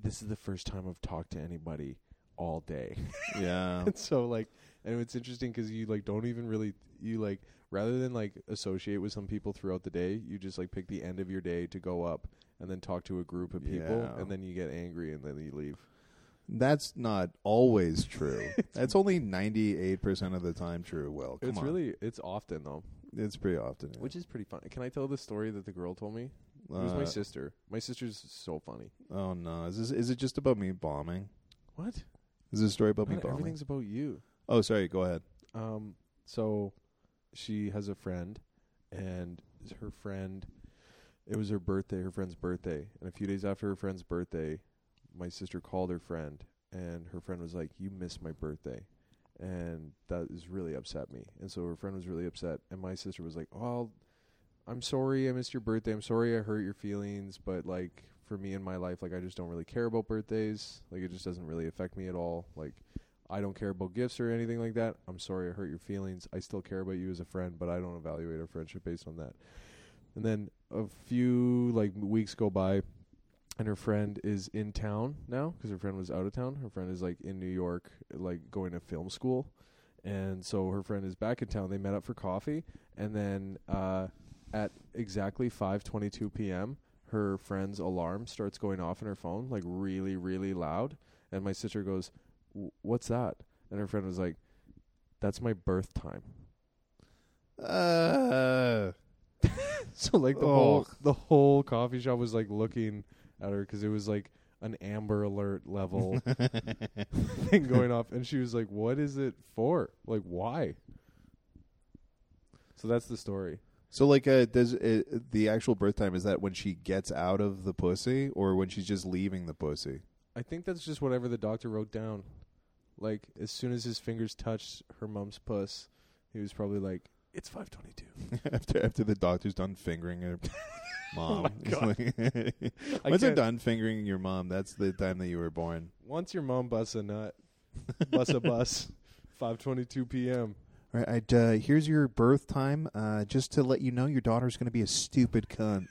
[SPEAKER 2] this is the first time i've talked to anybody all day
[SPEAKER 1] Yeah.
[SPEAKER 2] and so like and it's interesting because you like don't even really you like rather than like associate with some people throughout the day you just like pick the end of your day to go up and then talk to a group of people
[SPEAKER 1] Yeah.
[SPEAKER 2] and then you get angry and then you leave
[SPEAKER 1] That's not always true. That's only 98% of the time true, Will. Come
[SPEAKER 2] it's
[SPEAKER 1] on.
[SPEAKER 2] really it's often though
[SPEAKER 1] it's pretty often. yeah.
[SPEAKER 2] which is pretty fun can i tell the story that the girl told me it was
[SPEAKER 1] Uh,
[SPEAKER 2] my sister. My sister's so funny.
[SPEAKER 1] Oh no. Is this is it just about me bombing?
[SPEAKER 2] What?
[SPEAKER 1] Is this a story about me
[SPEAKER 2] Not
[SPEAKER 1] bombing?
[SPEAKER 2] everything's about you.
[SPEAKER 1] Oh, sorry. Go ahead.
[SPEAKER 2] Um, so she has a friend, and her friend, it was her birthday, her friend's birthday, and a few days after her friend's birthday, my sister called her friend, and her friend was like, "You missed my birthday," and that has really upset me. And so her friend was really upset, and my sister was like, "Oh, I'm sorry, I missed your birthday. I'm sorry, I hurt your feelings, but like." For me in my life, like I just don't really care about birthdays. Like it just doesn't really affect me at all. Like I don't care about gifts or anything like that. I'm sorry I hurt your feelings. I still care about you as a friend, but I don't evaluate our friendship based on that. And then a few like weeks go by, and her friend is in town now because her friend was out of town. Her friend is like in New York, like going to film school, and so her friend is back in town. They met up for coffee, and then uh, at exactly 5:22 p.m., her friend's alarm starts going off in her phone, like really, really loud. And my sister goes, "Wh- "What's that?" And her friend was like, "That's my birth time."
[SPEAKER 1] Uh,
[SPEAKER 2] So like the
[SPEAKER 1] Oh.
[SPEAKER 2] whole the whole coffee shop was like looking at her because it was like an Amber Alert level thing going off, and she was like, "What is it for? Like, why?" So that's the story.
[SPEAKER 1] so like, uh, does uh the actual birth time is that when she gets out of the pussy or when she's just leaving the pussy?
[SPEAKER 2] I think that's just whatever the doctor wrote down. Like as soon as his fingers touched her mom's puss, he was probably like, "It's five twenty-two.
[SPEAKER 1] after after the doctor's done fingering her mom.
[SPEAKER 2] Oh, my God.
[SPEAKER 1] He's like- Once they're done fingering your mom, that's the time that you were born.
[SPEAKER 2] Once your mom busts a nut, bus a bus, five twenty-two p.m.
[SPEAKER 1] All right, I'd, uh, here's your birth time. Uh, just to let you know, your daughter's going to be a stupid cunt.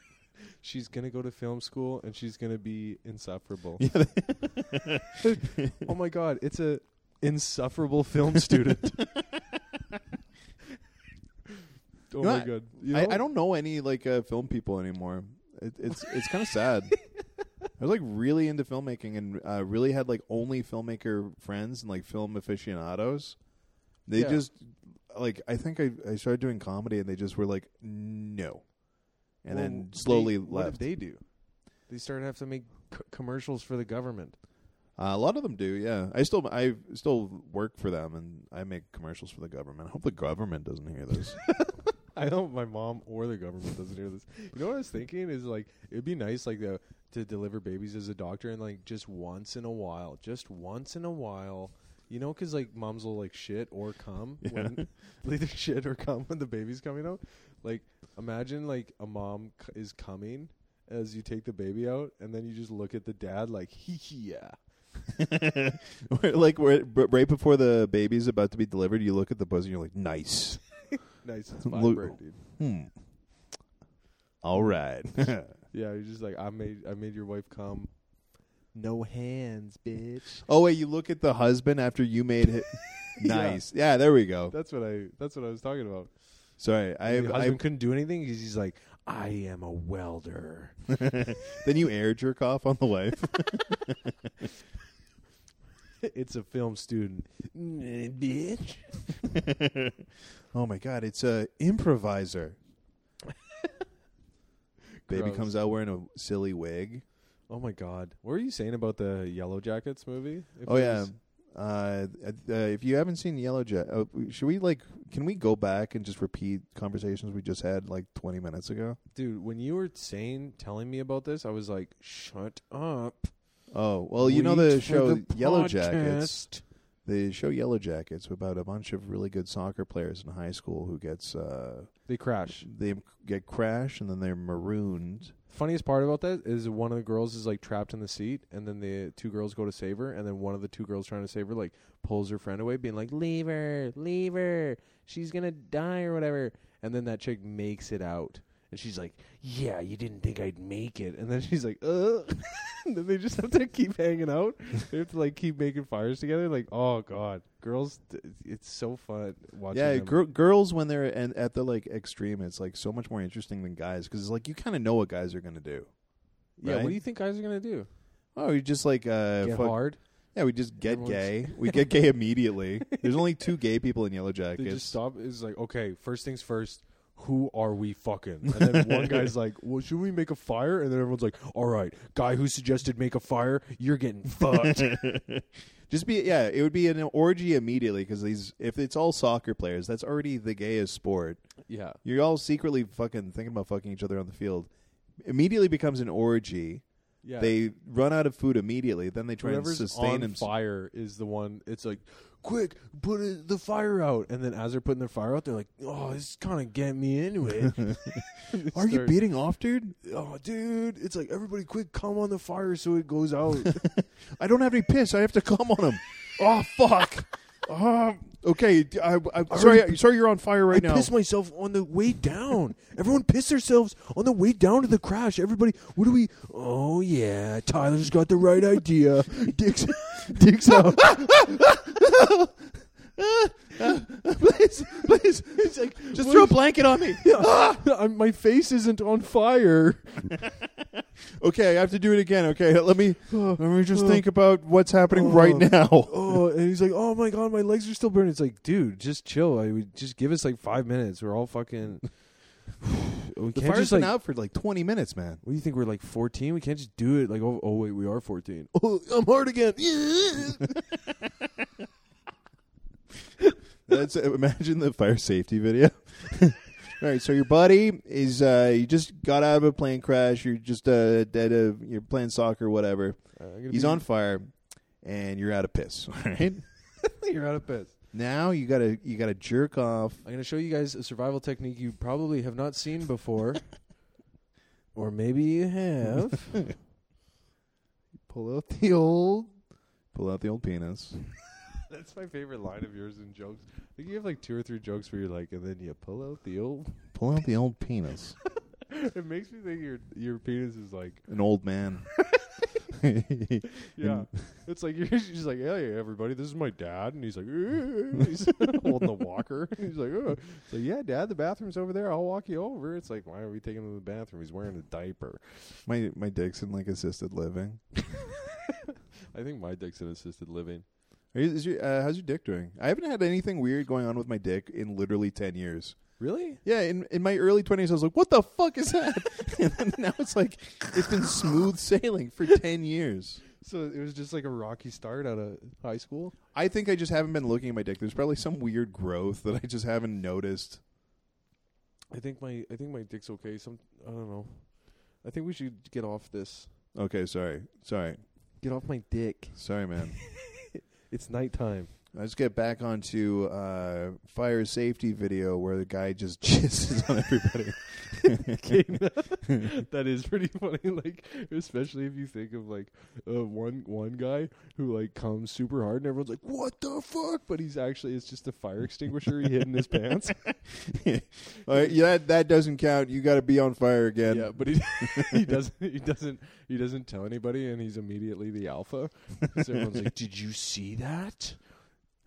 [SPEAKER 2] She's gonna go to film school and she's gonna be insufferable. oh my god, it's a insufferable film student. oh
[SPEAKER 1] know,
[SPEAKER 2] my
[SPEAKER 1] I-
[SPEAKER 2] god, You
[SPEAKER 1] I,
[SPEAKER 2] know?
[SPEAKER 1] I don't know any like uh, film people anymore. It, it's it's kind of sad. I was like really into filmmaking and uh, really had like only filmmaker friends and like film aficionados. They
[SPEAKER 2] Yeah.
[SPEAKER 1] just like I think I, I started doing comedy and they just were like no, and
[SPEAKER 2] Well,
[SPEAKER 1] then slowly
[SPEAKER 2] they- What
[SPEAKER 1] left.
[SPEAKER 2] did they do? They started to have to make c- commercials for the government.
[SPEAKER 1] Uh, a lot of them do, yeah. I still I still work for them and I make commercials for the government. I hope the government doesn't hear this.
[SPEAKER 2] I hope my mom or the government doesn't hear this. You know what I was thinking is like it'd be nice like the, to deliver babies as a doctor and like just once in a while, just once in a while, you know, because like moms will like shit or come when they'll either shit or come when the baby's coming out. Like imagine like a mom c- is coming as you take the baby out and then you just look at the dad like hee hee yeah.
[SPEAKER 1] like we're, b- right before the baby's about to be delivered, you look at the pussy and you're like, nice.
[SPEAKER 2] Nice, it's my
[SPEAKER 1] Look-
[SPEAKER 2] bird, dude.
[SPEAKER 1] Hmm. All right.
[SPEAKER 2] Yeah, you're just like I made I made your wife come. No hands, bitch.
[SPEAKER 1] oh wait, you look at the husband after you made it.
[SPEAKER 2] Yeah.
[SPEAKER 1] nice. Yeah. there we go.
[SPEAKER 2] That's what I. That's what I was talking about.
[SPEAKER 1] Sorry, I,
[SPEAKER 2] Your husband
[SPEAKER 1] I
[SPEAKER 2] couldn't do anything because he's like, I am a welder.
[SPEAKER 1] then you air jerk off on the wife.
[SPEAKER 2] it's a film student, Mm, bitch.
[SPEAKER 1] oh my god, it's a improviser. Baby
[SPEAKER 2] Gross.
[SPEAKER 1] comes out wearing a silly wig.
[SPEAKER 2] Oh my god, what were you saying about the Yellow Jackets movie? If
[SPEAKER 1] Oh
[SPEAKER 2] it
[SPEAKER 1] yeah.
[SPEAKER 2] was-
[SPEAKER 1] Uh, uh, if you haven't seen Yellow Jack, uh, should we like? Can we go back and just repeat conversations we just had like twenty minutes ago?
[SPEAKER 2] dude. When you were saying, telling me about this, I was like, shut up.
[SPEAKER 1] Oh well, you know
[SPEAKER 2] Wait
[SPEAKER 1] the
[SPEAKER 2] for
[SPEAKER 1] show
[SPEAKER 2] the
[SPEAKER 1] Yellow Jackets.
[SPEAKER 2] podcast."
[SPEAKER 1] The show Yellow Jackets about a bunch of really good soccer players in high school who gets uh,
[SPEAKER 2] They crash.
[SPEAKER 1] they get crashed and then they're marooned.
[SPEAKER 2] Funniest part about that is one of the girls is like trapped in the seat, and then the two girls go to save her, and then one of the two girls trying to save her like pulls her friend away, being like, "Leave her, leave her, she's gonna die or whatever." And then that chick makes it out, and she's like, "Yeah, you didn't think I'd make it," and then she's like, "Ugh." and then they just have to keep hanging out. They have to like keep making fires together. Like, oh god, girls, th- it's so fun watching.
[SPEAKER 1] yeah,
[SPEAKER 2] them.
[SPEAKER 1] gir- girls when they're and at the like extreme, it's like so much more interesting than guys because it's like you kind of know what guys are gonna do.
[SPEAKER 2] yeah. What
[SPEAKER 1] right?
[SPEAKER 2] do you think guys are gonna do?
[SPEAKER 1] Oh, you just like uh,
[SPEAKER 2] Get
[SPEAKER 1] fuck-
[SPEAKER 2] hard?
[SPEAKER 1] Yeah, we just get
[SPEAKER 2] Everyone's-
[SPEAKER 1] gay. We get gay immediately. There's only two gay people in Yellow
[SPEAKER 2] They
[SPEAKER 1] Jackets.
[SPEAKER 2] just stop. It's like, okay, first things first. Who are we fucking? And then one guy's like, "Well, should we make a fire?" And then everyone's like, "All right, guy who suggested make a fire, you're getting fucked."
[SPEAKER 1] Just be yeah, it would be an orgy immediately because these if it's all soccer players, that's already the gayest sport.
[SPEAKER 2] yeah,
[SPEAKER 1] You're all secretly fucking thinking about fucking each other on the field. Immediately becomes an orgy.
[SPEAKER 2] yeah.
[SPEAKER 1] They run out of food immediately. Then they try
[SPEAKER 2] whoever's
[SPEAKER 1] and sustain
[SPEAKER 2] on
[SPEAKER 1] themselves.
[SPEAKER 2] fire is the one. It's like, quick, put it, the fire out. And then as they're putting their fire out, they're like, "Oh, this is kind of getting me into it." They
[SPEAKER 1] Are you
[SPEAKER 2] start-
[SPEAKER 1] beating off, dude?
[SPEAKER 2] Oh, dude, it's like everybody, quick, come on the fire so it goes out.
[SPEAKER 1] I don't have any piss. I have to come on him.
[SPEAKER 2] oh fuck. Um, okay, d- I, am sorry. I- sorry, you're on fire right
[SPEAKER 1] I
[SPEAKER 2] now.
[SPEAKER 1] pissed
[SPEAKER 2] myself on the way down. Everyone pissed themselves on the way down to the crash. Everybody, what do we? Oh yeah, Tyler's got the right idea. Dick's, Dick's out.
[SPEAKER 1] please, please,
[SPEAKER 2] like,
[SPEAKER 1] just throw a blanket on me.
[SPEAKER 2] I'm, my face isn't on fire.
[SPEAKER 1] Okay, I have to do it again. Okay, let me let me just
[SPEAKER 2] oh.
[SPEAKER 1] think about what's happening
[SPEAKER 2] Oh.
[SPEAKER 1] right now.
[SPEAKER 2] Oh, and he's like, "Oh my god, my legs are still burning." It's like, dude, just chill. I would just give us like five minutes. We're all fucking.
[SPEAKER 1] The
[SPEAKER 2] we can't
[SPEAKER 1] fire's
[SPEAKER 2] just
[SPEAKER 1] been
[SPEAKER 2] like.
[SPEAKER 1] out for like 20 minutes, man.
[SPEAKER 2] What do you think? We're like fourteen. We can't just do it. Like, oh, oh wait, we are fourteen.
[SPEAKER 1] Oh, I'm hard again. That's imagine the fire safety video. All right, so your buddy is uh you just got out of a plane crash, you're just uh dead of you're playing soccer whatever.
[SPEAKER 2] Uh, I'm gonna
[SPEAKER 1] He's
[SPEAKER 2] be-
[SPEAKER 1] on fire and you're out of piss, all right?
[SPEAKER 2] You're out of piss.
[SPEAKER 1] Now you got to you got to jerk off.
[SPEAKER 2] I'm gonna show you guys a survival technique you probably have not seen before, or maybe you have.
[SPEAKER 1] Pull out the old pull out the old penis.
[SPEAKER 2] That's my favorite line of yours in jokes. I think you have like two or three jokes where you're like, and then you pull out the old.
[SPEAKER 1] Pull out the old penis.
[SPEAKER 2] it makes me think your your penis is like
[SPEAKER 1] An old man.
[SPEAKER 2] Yeah, it's like you're just like, hey, everybody, this is my dad, and he's like, "Eh," he's holding the walker. He's like, oh. it's like, yeah, dad, the bathroom's over there. I'll walk you over. It's like, why are we taking him to the bathroom? He's wearing a diaper.
[SPEAKER 1] my my dick's in like assisted living.
[SPEAKER 2] I think my dick's in assisted living.
[SPEAKER 1] Are you- is your, uh, how's your dick doing? I haven't had anything weird going on with my dick in literally ten years.
[SPEAKER 2] Really?
[SPEAKER 1] Yeah, in in my early twenties, I was like, "What the fuck is that?" and then now it's like it's been smooth sailing for ten years.
[SPEAKER 2] So it was just like a rocky start out of high school.
[SPEAKER 1] I think I just haven't been looking at my dick. There's probably some weird growth that I just haven't noticed.
[SPEAKER 2] I think my I think my dick's okay. Some I don't know. I think we should get off this.
[SPEAKER 1] Okay, sorry, sorry,
[SPEAKER 2] Get off my dick.
[SPEAKER 1] sorry, man.
[SPEAKER 2] It's nighttime.
[SPEAKER 1] Let's get back onto uh, fire safety video where the guy just jizzes on everybody.
[SPEAKER 2] that is pretty funny. Like, especially if you think of like uh, one one guy who like comes super hard and everyone's like, "What the fuck?" But he's actually it's just a fire extinguisher he hid in his pants.
[SPEAKER 1] All right, yeah, that, that doesn't count. You got to be on fire again.
[SPEAKER 2] yeah, but he he doesn't he doesn't he doesn't tell anybody, and he's immediately the alpha. So everyone's like, "Did you see that?"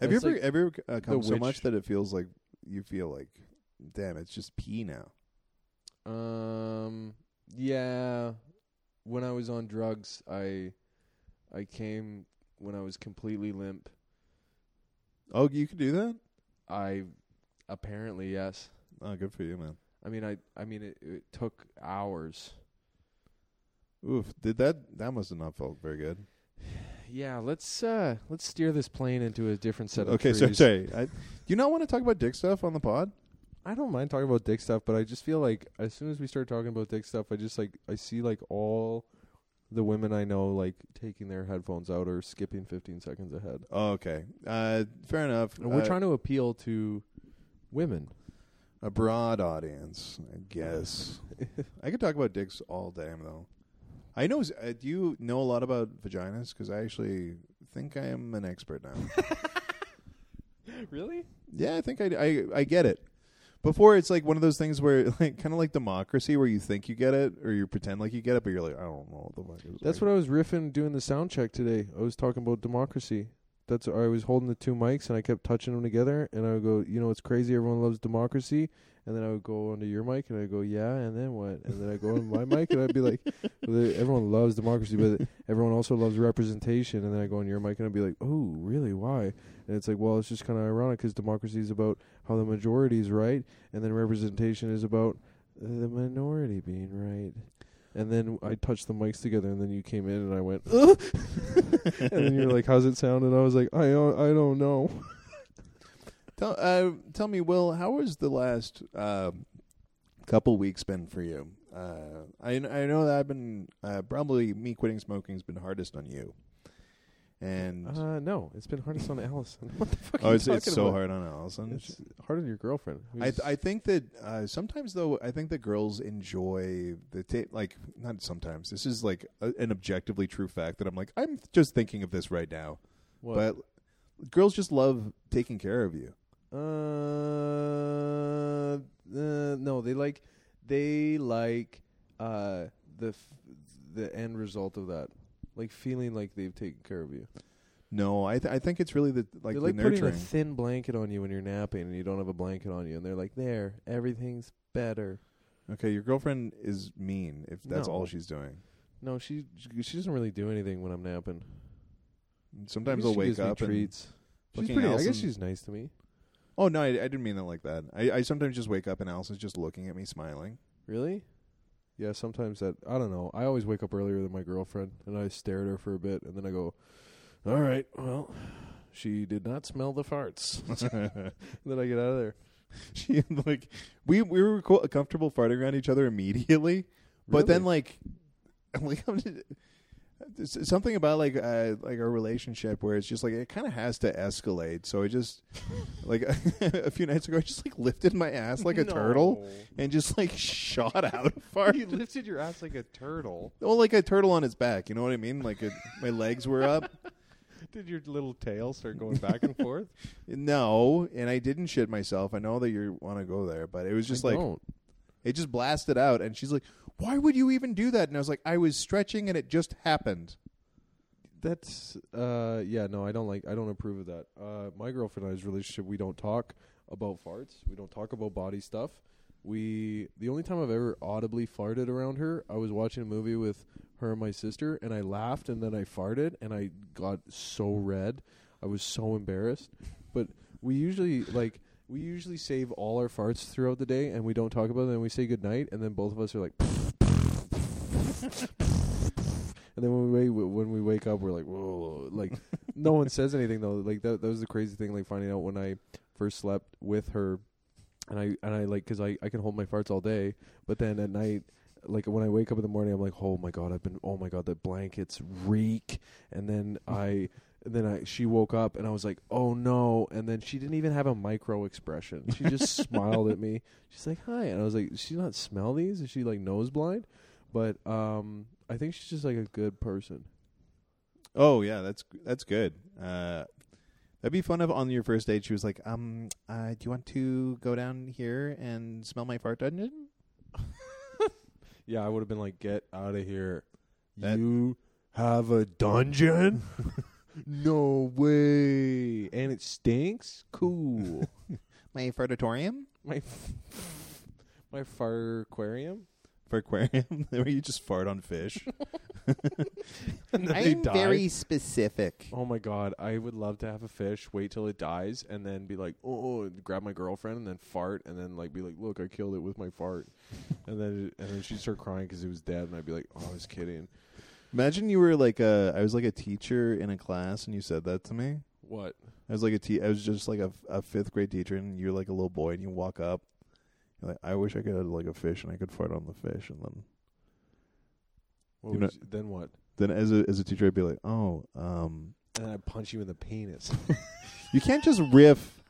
[SPEAKER 1] Have you
[SPEAKER 2] That's
[SPEAKER 1] ever,
[SPEAKER 2] like
[SPEAKER 1] ever uh, come so
[SPEAKER 2] witch.
[SPEAKER 1] much that it feels like you feel like, damn, it's just pee now.
[SPEAKER 2] Um. Yeah. When I was on drugs, I I came when I was completely limp.
[SPEAKER 1] Oh, you can do that.
[SPEAKER 2] I apparently yes.
[SPEAKER 1] Oh, good for you, man.
[SPEAKER 2] I mean, I I mean, it, it took hours.
[SPEAKER 1] Oof, did that? That must have not felt very good.
[SPEAKER 2] Yeah, let's uh let's steer this plane into a different set of
[SPEAKER 1] okay,
[SPEAKER 2] trees.
[SPEAKER 1] sorry, sorry. I, do you not want to talk about dick stuff on the pod?
[SPEAKER 2] I don't mind talking about dick stuff, but I just feel like as soon as we start talking about dick stuff, I just like I see like all the women I know like taking their headphones out or skipping 15 seconds ahead.
[SPEAKER 1] Oh, okay, uh, fair enough.
[SPEAKER 2] And we're
[SPEAKER 1] Uh,
[SPEAKER 2] trying to appeal to women.
[SPEAKER 1] a broad audience, I guess. I could talk about dicks all day, though. I know. Uh, do you know a lot about vaginas? Because I actually think I am an expert now.
[SPEAKER 2] Really?
[SPEAKER 1] Yeah, I think I, I I get it. Before it's like one of those things where like kind of like democracy where you think you get it or you pretend like you get it but you're like I don't know what the fuck is
[SPEAKER 2] That's what I was riffing doing the sound check today. I was talking about democracy. That's I was holding the two mics and I kept touching them together and I would go, you know, it's crazy. Everyone loves democracy. And then I would go onto your mic and I would go, yeah, and then what? And then I go on my mic and I'd be like, well, everyone loves democracy, but everyone also loves representation. And then I go on your mic and I'd be like, oh, really? Why? And it's like, well, it's just kind of ironic because democracy is about how the majority is right, and then representation is about the minority being right. And then I touched the mics together, and then you came in, and I went, "Ugh." and then you're like, "How's it sound?" And I was like, "I don't, I don't know."
[SPEAKER 1] tell uh, tell me Will how has the last uh, couple weeks been for you? Uh, I I know that I've been uh, probably me quitting smoking's been hardest on you. And
[SPEAKER 2] Uh, no, it's been hardest on Allison. What the fuck?
[SPEAKER 1] oh,
[SPEAKER 2] are you
[SPEAKER 1] it's, it's
[SPEAKER 2] talking
[SPEAKER 1] so
[SPEAKER 2] about?
[SPEAKER 1] hard on Allison.
[SPEAKER 2] It's hard on your girlfriend.
[SPEAKER 1] I
[SPEAKER 2] who's-
[SPEAKER 1] I think that uh, sometimes though I think that girls enjoy the ta- like not sometimes this is like a, an objectively true fact that I'm like I'm just thinking of this right now
[SPEAKER 2] what?
[SPEAKER 1] but girls just love taking care of you.
[SPEAKER 2] Uh, uh no, they like they like uh the f- the end result of that. Like feeling like they've taken care of you.
[SPEAKER 1] No, I th- I think it's really the like
[SPEAKER 2] They're
[SPEAKER 1] the
[SPEAKER 2] like putting a
[SPEAKER 1] nurturing.
[SPEAKER 2] thin blanket on you when you're napping and you don't have a blanket on you and they're like, "There, everything's better."
[SPEAKER 1] okay, your girlfriend is mean if that's
[SPEAKER 2] No.
[SPEAKER 1] all she's doing.
[SPEAKER 2] No, she she doesn't really do anything when I'm napping.
[SPEAKER 1] Sometimes
[SPEAKER 2] I guess
[SPEAKER 1] I'll
[SPEAKER 2] she
[SPEAKER 1] wake
[SPEAKER 2] gives me
[SPEAKER 1] up and
[SPEAKER 2] treats. She's
[SPEAKER 1] fucking
[SPEAKER 2] pretty. I guess
[SPEAKER 1] Allison-
[SPEAKER 2] she's nice to me.
[SPEAKER 1] oh no, I, I didn't mean that like that. I, I sometimes just wake up and Allison's just looking at me smiling.
[SPEAKER 2] Really? Yeah, sometimes that I don't know. I always wake up earlier than my girlfriend and I stare at her for a bit and then I go, All right, well she did not smell the farts. And then I get out of there.
[SPEAKER 1] she like we we were co- comfortable farting around each other immediately, but then
[SPEAKER 2] Really?
[SPEAKER 1] like like I'm just- there's something about like uh, like our relationship where it's just like it kind of has to escalate. So I just like a few nights ago I just like lifted my ass like a turtle and just like shot out a fart.
[SPEAKER 4] You lifted your ass like a turtle.
[SPEAKER 1] Oh, like a turtle on its back. You know what I mean? Like it, my legs were up.
[SPEAKER 4] Did your little tail start going back and forth?
[SPEAKER 1] No, and I didn't shit myself. I know that you want to go there, but it was just
[SPEAKER 2] I
[SPEAKER 1] like
[SPEAKER 2] don't.
[SPEAKER 1] It just blasted out, and she's like, "Why would you even do that?" And I was like, "I was stretching, and it just happened."
[SPEAKER 2] that's uh yeah, no, I don't like I don't approve of that. Uh my girlfriend and I's relationship, we don't talk about farts. We don't talk about body stuff. We the only time I've ever audibly farted around her, I was watching a movie with her and my sister and I laughed and then I farted and I got so red. I was so embarrassed. But we usually like we usually save all our farts throughout the day and we don't talk about them and we say goodnight and then both of us are like and then when we wa- when we wake up we're like whoa like no one says anything though like that that was the crazy thing like finding out when I first slept with her and I and I like cuz I I can hold my farts all day but then at night like when I wake up in the morning I'm like oh my god I've been oh my god the blankets reek and then I and then I she woke up and I was like oh no and then she didn't even have a micro expression she just smiled at me she's like hi and I was like does she not smell these is she like nose blind but um I think she's just like a good person
[SPEAKER 1] Oh yeah, that's that's good. Uh, that'd be fun if on your first date she was like, "Um, uh, do you want to go down here and smell my fart dungeon?"
[SPEAKER 2] yeah I would have been like get out of here
[SPEAKER 1] That-
[SPEAKER 2] you have a dungeon no way and it stinks cool
[SPEAKER 1] My fartatorium,
[SPEAKER 2] my my fire aquarium.
[SPEAKER 1] for aquarium, where you just fart on fish.
[SPEAKER 2] And then
[SPEAKER 1] specific.
[SPEAKER 2] Oh my god, I would love to have a fish. Wait till it dies, and then be like, oh, and grab my girlfriend, and then fart, and then like be like, look, I killed it with my fart, and then and then she'd start crying because it was dead, and I'd be like, oh, I was kidding.
[SPEAKER 1] Imagine you were like a, I was like a teacher in a class, and you said that to me.
[SPEAKER 2] What?
[SPEAKER 1] I was like a te- I was just like a, a fifth grade teacher, and you're like a little boy, and you walk up. You're like, I wish I could have like a fish, and I could fart on the fish, and then
[SPEAKER 2] what
[SPEAKER 1] You
[SPEAKER 2] would
[SPEAKER 1] know-
[SPEAKER 2] you- then what?
[SPEAKER 1] then as a as a teacher, I'd be like, oh, um,
[SPEAKER 2] And I'd punch you in the penis.
[SPEAKER 1] you can't just riff,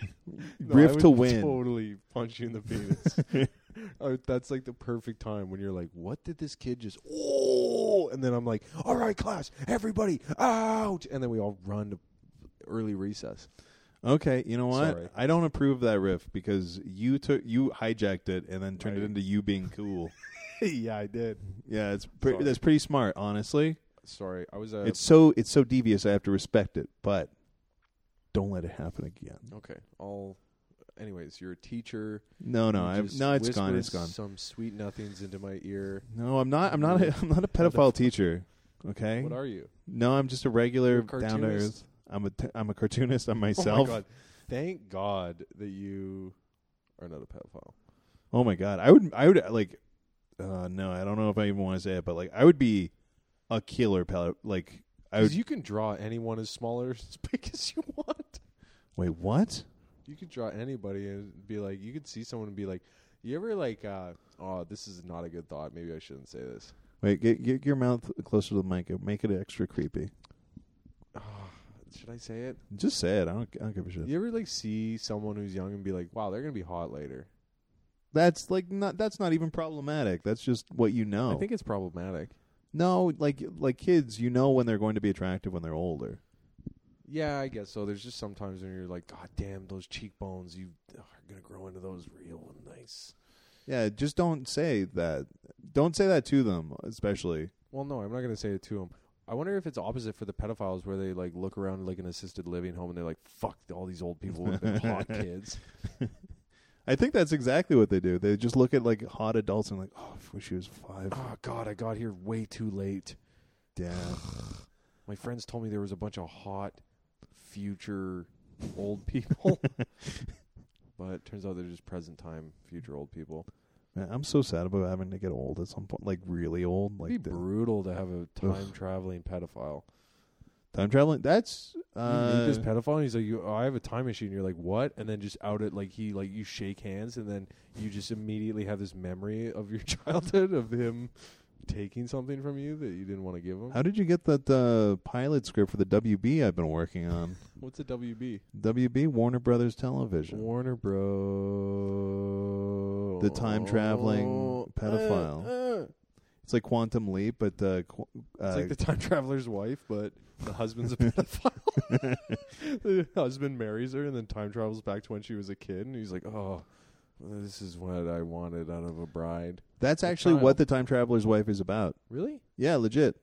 [SPEAKER 2] No, I
[SPEAKER 1] riff
[SPEAKER 2] would
[SPEAKER 1] to win.
[SPEAKER 2] Totally punch you in the penis. Uh, That's like the perfect time when you're like, "What did this kid just?" Oh, and then I'm like, "All right, class, everybody out!" And then we all run to early recess.
[SPEAKER 1] Okay, you know what?
[SPEAKER 2] Sorry.
[SPEAKER 1] I don't approve that riff because you took you hijacked it and then turned it
[SPEAKER 2] Right.
[SPEAKER 1] into you being cool.
[SPEAKER 2] yeah, I did.
[SPEAKER 1] yeah, it's pre-
[SPEAKER 2] Sorry.
[SPEAKER 1] that's pretty smart, honestly.
[SPEAKER 2] Sorry, I was uh,
[SPEAKER 1] it's so it's so devious. I have to respect it, but don't let it happen again.
[SPEAKER 2] okay. All, anyways, you're a teacher.
[SPEAKER 1] No, no,
[SPEAKER 2] You
[SPEAKER 1] I've,
[SPEAKER 2] just
[SPEAKER 1] no, it's gone.
[SPEAKER 2] whispered
[SPEAKER 1] It's gone.
[SPEAKER 2] Some sweet nothings into my ear.
[SPEAKER 1] No, I'm not. I'm not. A, I'm not a
[SPEAKER 2] What the
[SPEAKER 1] pedophile
[SPEAKER 2] fuck?
[SPEAKER 1] teacher. Okay.
[SPEAKER 2] What are you?
[SPEAKER 1] No, I'm just a
[SPEAKER 2] You're
[SPEAKER 1] regular
[SPEAKER 2] a
[SPEAKER 1] down to
[SPEAKER 2] cartoonist.
[SPEAKER 1] earth. I'm a t- I'm a cartoonist. I'm
[SPEAKER 2] Oh my
[SPEAKER 1] myself.
[SPEAKER 2] God. Thank God that you are not a pedophile.
[SPEAKER 1] Oh my god. I would. I would like. Uh, no, I don't know if I even want to say it, but like, I would be a killer pedo. Like, I would.
[SPEAKER 2] Because you can draw anyone as small or as big as you want.
[SPEAKER 1] wait, what?
[SPEAKER 2] You could draw anybody and be like, you could see someone and be like, you ever like, uh, oh, this is not a good thought. Maybe I shouldn't say this.
[SPEAKER 1] Wait, get get your mouth closer to the mic. It'll Make it extra creepy.
[SPEAKER 2] Should I say it?
[SPEAKER 1] Just say it. I don't. I don't give a shit.
[SPEAKER 2] You ever like see someone who's young and be like, wow, they're gonna be hot later.
[SPEAKER 1] That's like not. That's not even problematic. That's just what you know.
[SPEAKER 2] I think it's problematic.
[SPEAKER 1] no, like like kids, you know when they're going to be attractive when they're older.
[SPEAKER 2] Yeah, I guess so. There's just sometimes when you're like, God damn, those cheekbones, you are gonna grow into those real nice.
[SPEAKER 1] Yeah, just don't say that. Don't say that to them, especially.
[SPEAKER 2] Well, no, I'm not gonna say it to him. I wonder if it's opposite for the pedophiles, where they like look around like an assisted living home and they're like, "Fuck, all these old people with their hot kids."
[SPEAKER 1] I think that's exactly what they do. They just look at like hot adults and like, oh, I wish she was five.
[SPEAKER 2] Oh God, I got here way too late.
[SPEAKER 1] Damn.
[SPEAKER 2] My friends told me there was a bunch of hot future old people, but it turns out they're just present time future old people.
[SPEAKER 1] Man, I'm so sad about having to get old at some point, like really old, like
[SPEAKER 2] It'd be
[SPEAKER 1] the-
[SPEAKER 2] brutal to have a time traveling pedophile.
[SPEAKER 1] time traveling. That's
[SPEAKER 2] you meet
[SPEAKER 1] uh,
[SPEAKER 2] this pedophile and he's like, you, oh, I have a time machine. You're like, what? And then just out it, like, he, like, you shake hands and then you just immediately have this memory of your childhood of him taking something from you that you didn't want to give him.
[SPEAKER 1] how did you get that uh, pilot script for the WB I've been working on?
[SPEAKER 2] What's a WB?
[SPEAKER 1] WB Warner Brothers Television.
[SPEAKER 2] Warner Bro.
[SPEAKER 1] The time-traveling pedophile.
[SPEAKER 2] Oh, Uh, uh.
[SPEAKER 1] It's like Quantum Leap, but uh, qu- uh,
[SPEAKER 2] It's like the time traveler's wife, but the husband's a pedophile. the husband marries her and then time travels back to when she was a kid, and he's like, "Oh, this is what I wanted out of a bride."
[SPEAKER 1] that's
[SPEAKER 2] the
[SPEAKER 1] actually
[SPEAKER 2] child.
[SPEAKER 1] what the time traveler's wife is about.
[SPEAKER 2] Really?
[SPEAKER 1] Yeah, legit.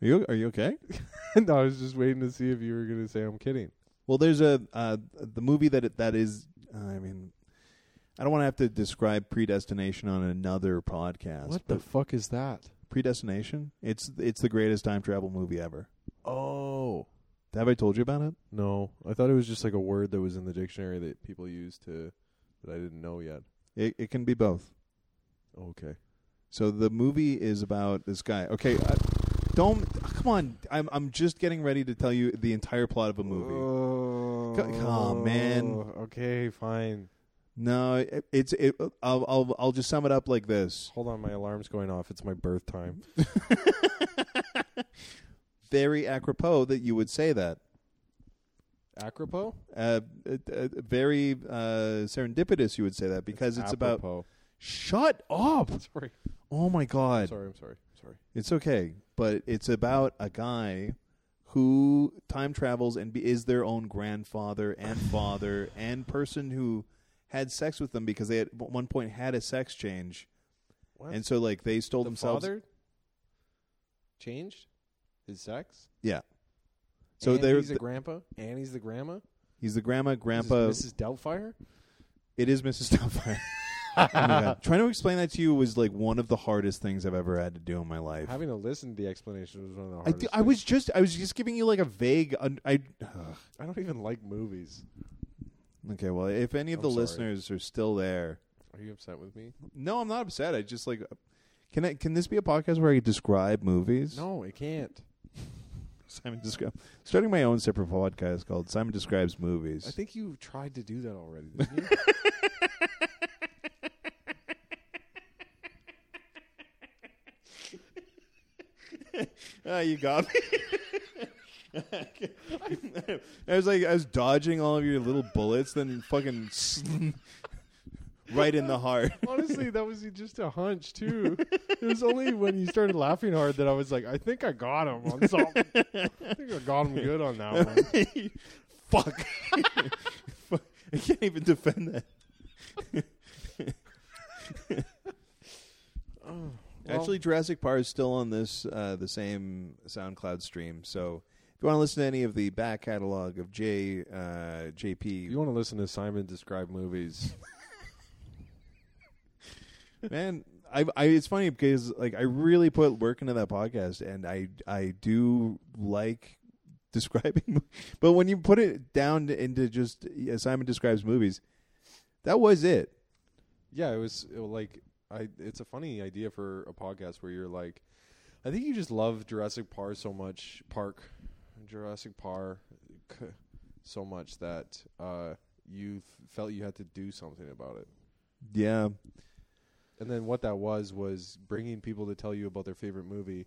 [SPEAKER 1] Are you are you okay?
[SPEAKER 2] no, I was just waiting to see if you were going to say I'm kidding.
[SPEAKER 1] Well, there's a uh, the movie that it, that is. Uh, I mean, I don't want to have to describe predestination on another podcast.
[SPEAKER 2] what the
[SPEAKER 1] but
[SPEAKER 2] fuck is that?
[SPEAKER 1] predestination? It's it's the greatest time travel movie ever.
[SPEAKER 2] Oh,
[SPEAKER 1] Have I told you about it?
[SPEAKER 2] no, I thought it was just like a word that was in the dictionary that people use to that I didn't know yet.
[SPEAKER 1] It it can be both.
[SPEAKER 2] Okay,
[SPEAKER 1] So the movie is about this guy. Okay, I, don't come on. I'm I'm just getting ready to tell you the entire plot of a movie.
[SPEAKER 2] Uh.
[SPEAKER 1] C- come, man.
[SPEAKER 2] Oh. Okay, fine.
[SPEAKER 1] No, it, it's it. I'll, I'll I'll just sum it up like this.
[SPEAKER 2] Hold on, my alarm's going off. It's my birth time.
[SPEAKER 1] Very apropos that you would say that.
[SPEAKER 2] Acropo?
[SPEAKER 1] Uh, it- uh, very uh, serendipitous you would say that because it's, about.
[SPEAKER 2] apropos.
[SPEAKER 1] Shut up!
[SPEAKER 2] Sorry,
[SPEAKER 1] Oh my god,
[SPEAKER 2] sorry, I'm sorry, sorry.
[SPEAKER 1] it's okay, but it's about a guy who time travels and be, is their own grandfather and father and person who had sex with them because they at one point had a sex change,
[SPEAKER 2] What?
[SPEAKER 1] and so like they stole
[SPEAKER 2] the
[SPEAKER 1] themselves.
[SPEAKER 2] father changed his sex.
[SPEAKER 1] Yeah. So
[SPEAKER 2] and
[SPEAKER 1] they're
[SPEAKER 2] he's
[SPEAKER 1] th-
[SPEAKER 2] the grandpa, and he's the grandma.
[SPEAKER 1] He's the grandma,
[SPEAKER 2] This is
[SPEAKER 1] grandpa.
[SPEAKER 2] Mrs. Doubtfire.
[SPEAKER 1] It is Mrs. Doubtfire. Oh my God. Trying to explain that to you was like one of the hardest things I've ever had to do in my life.
[SPEAKER 2] Having to listen to the explanation was one of the
[SPEAKER 1] I,
[SPEAKER 2] hardest.
[SPEAKER 1] d- I was just I was just giving you like a vague. Un- I ugh.
[SPEAKER 2] I don't even like movies.
[SPEAKER 1] okay. Well, if any of
[SPEAKER 2] I'm
[SPEAKER 1] the
[SPEAKER 2] sorry.
[SPEAKER 1] listeners are still there,
[SPEAKER 2] Are you upset with me?
[SPEAKER 1] no, I'm not upset. I just like can I can this be a podcast where I describe movies?
[SPEAKER 2] No, I can't.
[SPEAKER 1] Simon describe starting my own separate podcast called Simon Describes Movies.
[SPEAKER 2] I think you tried to do that already. Didn't you?
[SPEAKER 1] Ah, you got me. I was like, I was dodging all of your little bullets, then fucking sl- right in the heart.
[SPEAKER 2] Honestly, that was just a hunch too. It was only when you started laughing hard that I was like, I think I got him on something. I think I got him good on that one.
[SPEAKER 1] Fuck. Fuck. I can't even defend that. Actually, Jurassic Park is still on this uh, the same SoundCloud stream. So if you want to listen to any of the back catalog of J uh, JP,
[SPEAKER 2] You want to listen to Simon describe movies?
[SPEAKER 1] man I, I it's funny because like i really put work into that podcast and i i do like describing mo- but when you put it down into just yeah, simon describes movies that was it
[SPEAKER 2] yeah, it was, it was like I. It's a funny idea for a podcast where you're like, I think you just love Jurassic Park so much, Park, Jurassic Park, k- so much that uh, you felt you had to do something about it.
[SPEAKER 1] yeah
[SPEAKER 2] And then what that was was bringing people to tell you about their favorite movie,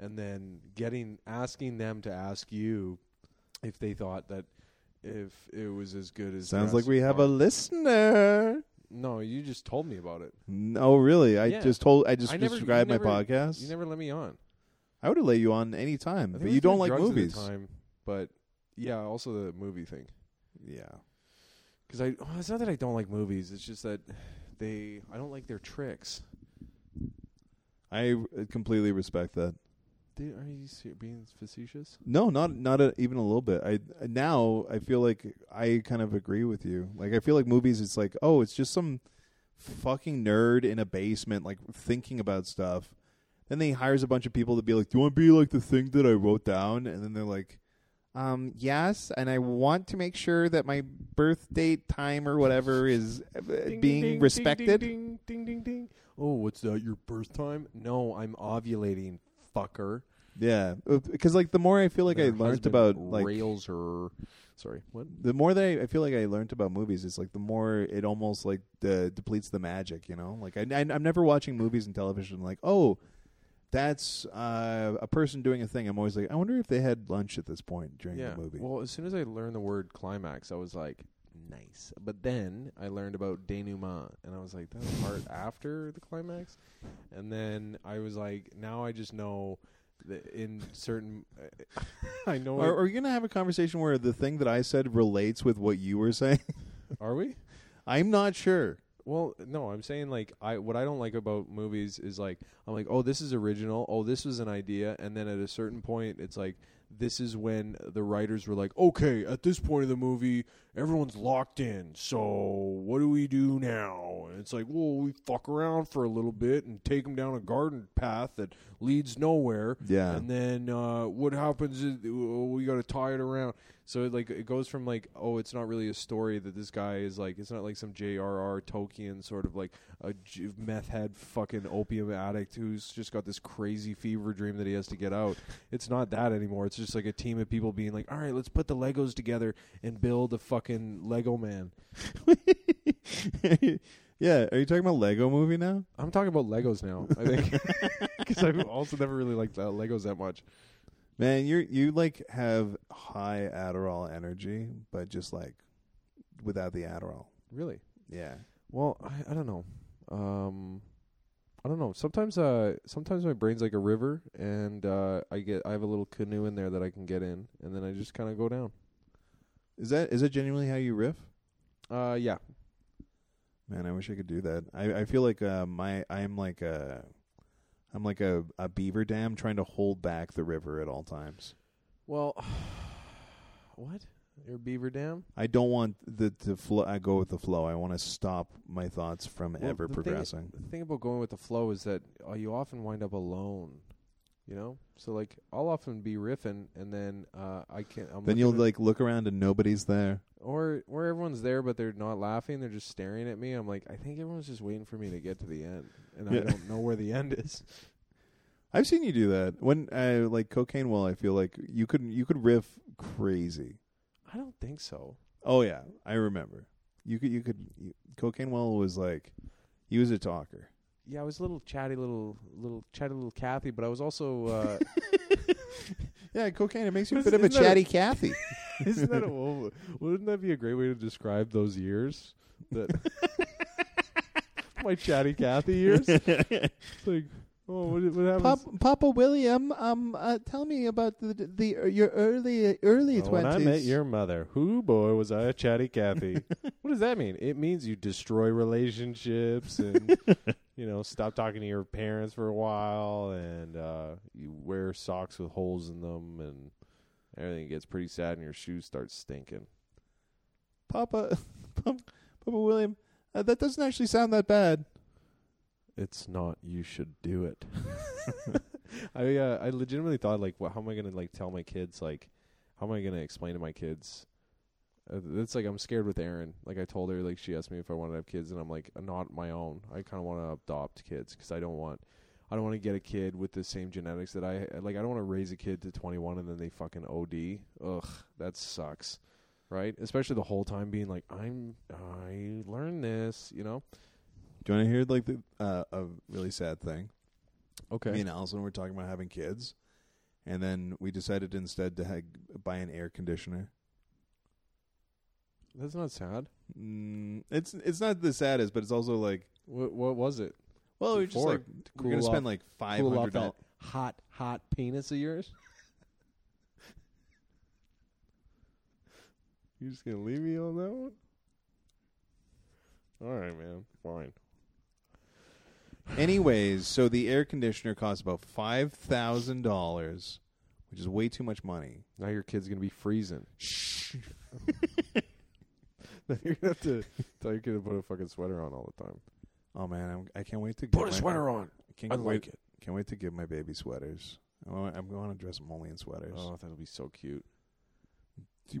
[SPEAKER 2] and then getting asking them to ask you if they thought that if it Oh. was as good as
[SPEAKER 1] sounds like we
[SPEAKER 2] Jurassic
[SPEAKER 1] have a
[SPEAKER 2] Park.
[SPEAKER 1] listener
[SPEAKER 2] no. You just told me about it.
[SPEAKER 1] no really i
[SPEAKER 2] Yeah.
[SPEAKER 1] just told i just
[SPEAKER 2] I never- you
[SPEAKER 1] described my
[SPEAKER 2] never-
[SPEAKER 1] podcast
[SPEAKER 2] You never let me on.
[SPEAKER 1] I would have let you on any time,
[SPEAKER 2] I think
[SPEAKER 1] but
[SPEAKER 2] we
[SPEAKER 1] you
[SPEAKER 2] did
[SPEAKER 1] don't like
[SPEAKER 2] drugs at the
[SPEAKER 1] movies.
[SPEAKER 2] time, but yeah, also the movie thing.
[SPEAKER 1] Yeah.
[SPEAKER 2] Because I, well, it's not that I don't like movies. It's just that they, I don't like their tricks.
[SPEAKER 1] I uh, completely respect that.
[SPEAKER 2] They, are you ser- being facetious?
[SPEAKER 1] No, not not a, even a little bit. I now I feel like I kind of agree with you. Like I feel like movies, it's like oh, it's just some fucking nerd in a basement like thinking about stuff. Then they hires a bunch of people to be like, "Do you want to be like the thing that I wrote down?" And then they're like, "Um, yes, and I want to make sure that my birth date, time, or whatever is uh, being respected."
[SPEAKER 2] Ding, ding, ding, ding. Oh, what's that? Your birth time? No, I'm ovulating, fucker.
[SPEAKER 1] Yeah, because like the more I feel like I learned about like
[SPEAKER 2] rails or sorry, what?
[SPEAKER 1] the more that I, I feel like I learned about movies, it's like the more it almost like de- depletes the magic, you know. Like I, I, I'm never watching movies and television like, oh, that's uh, a person doing a thing. I'm always like, I wonder if they had lunch at this point during
[SPEAKER 2] Yeah.
[SPEAKER 1] the movie.
[SPEAKER 2] Well, as soon as I learned the word climax, I was like, nice. But then I learned about denouement, and I was like, that part after the climax. And then I was like, now I just know that in certain, I know.
[SPEAKER 1] are, are you gonna have a conversation where the thing that I said relates with what you were saying?
[SPEAKER 2] are we?
[SPEAKER 1] I'm not sure.
[SPEAKER 2] Well, no, I'm saying like I what I don't like about movies is like I'm like, oh, this is original. Oh, this was an idea, and then at a certain point, it's like this is when the writers were like, okay, at this point of the movie, everyone's locked in. So what do we do now? And it's like, well, we fuck around for a little bit and take them down a garden path that leads nowhere.
[SPEAKER 1] Yeah.
[SPEAKER 2] And then uh, what happens is oh, we got to tie it around. So it, like it goes from like oh it's not really a story that this guy is like it's not like some J.R.R. Tolkien sort of like a j- meth head fucking opium addict who's just got this crazy fever dream that he has to get out. It's not that anymore. It's just like a team of people being like all right let's put the Legos together and build a fucking Lego man.
[SPEAKER 1] yeah, are you talking about Lego Movie now?
[SPEAKER 2] I'm talking about Legos now. I think because I've also never really liked uh, Legos that much.
[SPEAKER 1] Man, you you like have high Adderall energy, but just like without the Adderall.
[SPEAKER 2] Really.
[SPEAKER 1] Yeah.
[SPEAKER 2] Well, I, I don't know. Um, I don't know. Sometimes, uh, sometimes my brain's like a river, and uh, I get I have a little canoe in there that I can get in, and then I just kind of go down.
[SPEAKER 1] Is that is that genuinely how you riff?
[SPEAKER 2] Uh, yeah.
[SPEAKER 1] Man, I wish I could do that. I, I feel like uh, my I'm like a I'm like a, a beaver dam trying to hold back the river at all times.
[SPEAKER 2] Well, what? Your beaver dam?
[SPEAKER 1] I don't want the to flow. I go with the flow. I want to stop my thoughts from
[SPEAKER 2] Well,
[SPEAKER 1] ever
[SPEAKER 2] the thing-
[SPEAKER 1] progressing.
[SPEAKER 2] The thing about going with the flow is that uh, you often wind up alone. You know, so like I'll often be riffing, and then uh, I can't. I'm
[SPEAKER 1] then
[SPEAKER 2] looking
[SPEAKER 1] you'll
[SPEAKER 2] at-
[SPEAKER 1] like look around and nobody's there.
[SPEAKER 2] or where everyone's there but they're not laughing they're just staring at me i'm like i think everyone's just waiting for me to get to the end and
[SPEAKER 1] Yeah.
[SPEAKER 2] i don't know where the end is
[SPEAKER 1] I've seen you do that when I like cocaine. Well, I feel like you could you could riff crazy.
[SPEAKER 2] i don't think so
[SPEAKER 1] Oh yeah, I remember. You could you could you, cocaine. Well was like he was a talker.
[SPEAKER 2] yeah i was a little chatty little little chatty little kathy but i was also uh
[SPEAKER 1] Yeah, cocaine. It makes you a
[SPEAKER 2] Isn't
[SPEAKER 1] bit of a
[SPEAKER 2] that a-
[SPEAKER 1] chatty Cathy.
[SPEAKER 2] isn't that a well, wouldn't that be a great way to describe those years that my chatty kathy years it's like oh what, what happened
[SPEAKER 1] Papa William, um, uh, tell me about the the your early early
[SPEAKER 2] Well, When I met your mother, who boy was I a chatty Cathy? what does that mean? It means you destroy relationships and you know stop talking to your parents for a while, and uh, you wear socks with holes in them, and everything gets pretty sad, and your shoes start stinking.
[SPEAKER 1] Papa, Papa William, uh, that doesn't actually sound that bad.
[SPEAKER 2] It's not. You should do it. I uh, I legitimately thought like, what? How am I gonna like tell my kids like, how am I gonna explain to my kids? Uh, that's like I'm scared with Erin. Like I told her like she asked me if I wanted to have kids, and I'm like "Uh, not my own. I kind of want to adopt kids because I don't want. I don't want to get a kid with the same genetics that I uh, like. I don't want to raise a kid to 21 and then they fucking OD. Ugh, that sucks, right? Especially the whole time being like, I'm, I learned this, you know.
[SPEAKER 1] Do you want to hear like the uh, a really sad thing?
[SPEAKER 2] Okay.
[SPEAKER 1] Me and Allison were talking about having kids, and then we decided instead to ha- buy an air conditioner.
[SPEAKER 2] That's not sad.
[SPEAKER 1] Mm, it's it's not the saddest, but it's also like
[SPEAKER 2] What what was it?
[SPEAKER 1] well, we're Oh, just
[SPEAKER 2] For-
[SPEAKER 1] like
[SPEAKER 2] to
[SPEAKER 1] we're gonna
[SPEAKER 2] cool off-
[SPEAKER 1] spend like five
[SPEAKER 2] cool off
[SPEAKER 1] hundred
[SPEAKER 2] that hot, hot penis of yours? you just gonna leave me on that one? All right, man. Fine.
[SPEAKER 1] Anyways, so the air conditioner costs about five thousand dollars, which is way too much money.
[SPEAKER 2] Now your kid's gonna be freezing.
[SPEAKER 1] Shh.
[SPEAKER 2] You're gonna have to tell your kid to put a fucking sweater on all the time.
[SPEAKER 1] Oh man, I'm, I can't wait to
[SPEAKER 2] Put
[SPEAKER 1] get
[SPEAKER 2] a
[SPEAKER 1] my-
[SPEAKER 2] sweater on.
[SPEAKER 1] I can't
[SPEAKER 2] I
[SPEAKER 1] wait-
[SPEAKER 2] like it.
[SPEAKER 1] Can't wait to give my baby sweaters. I want, I'm going to dress them only in sweaters.
[SPEAKER 2] Oh, that'll be so cute.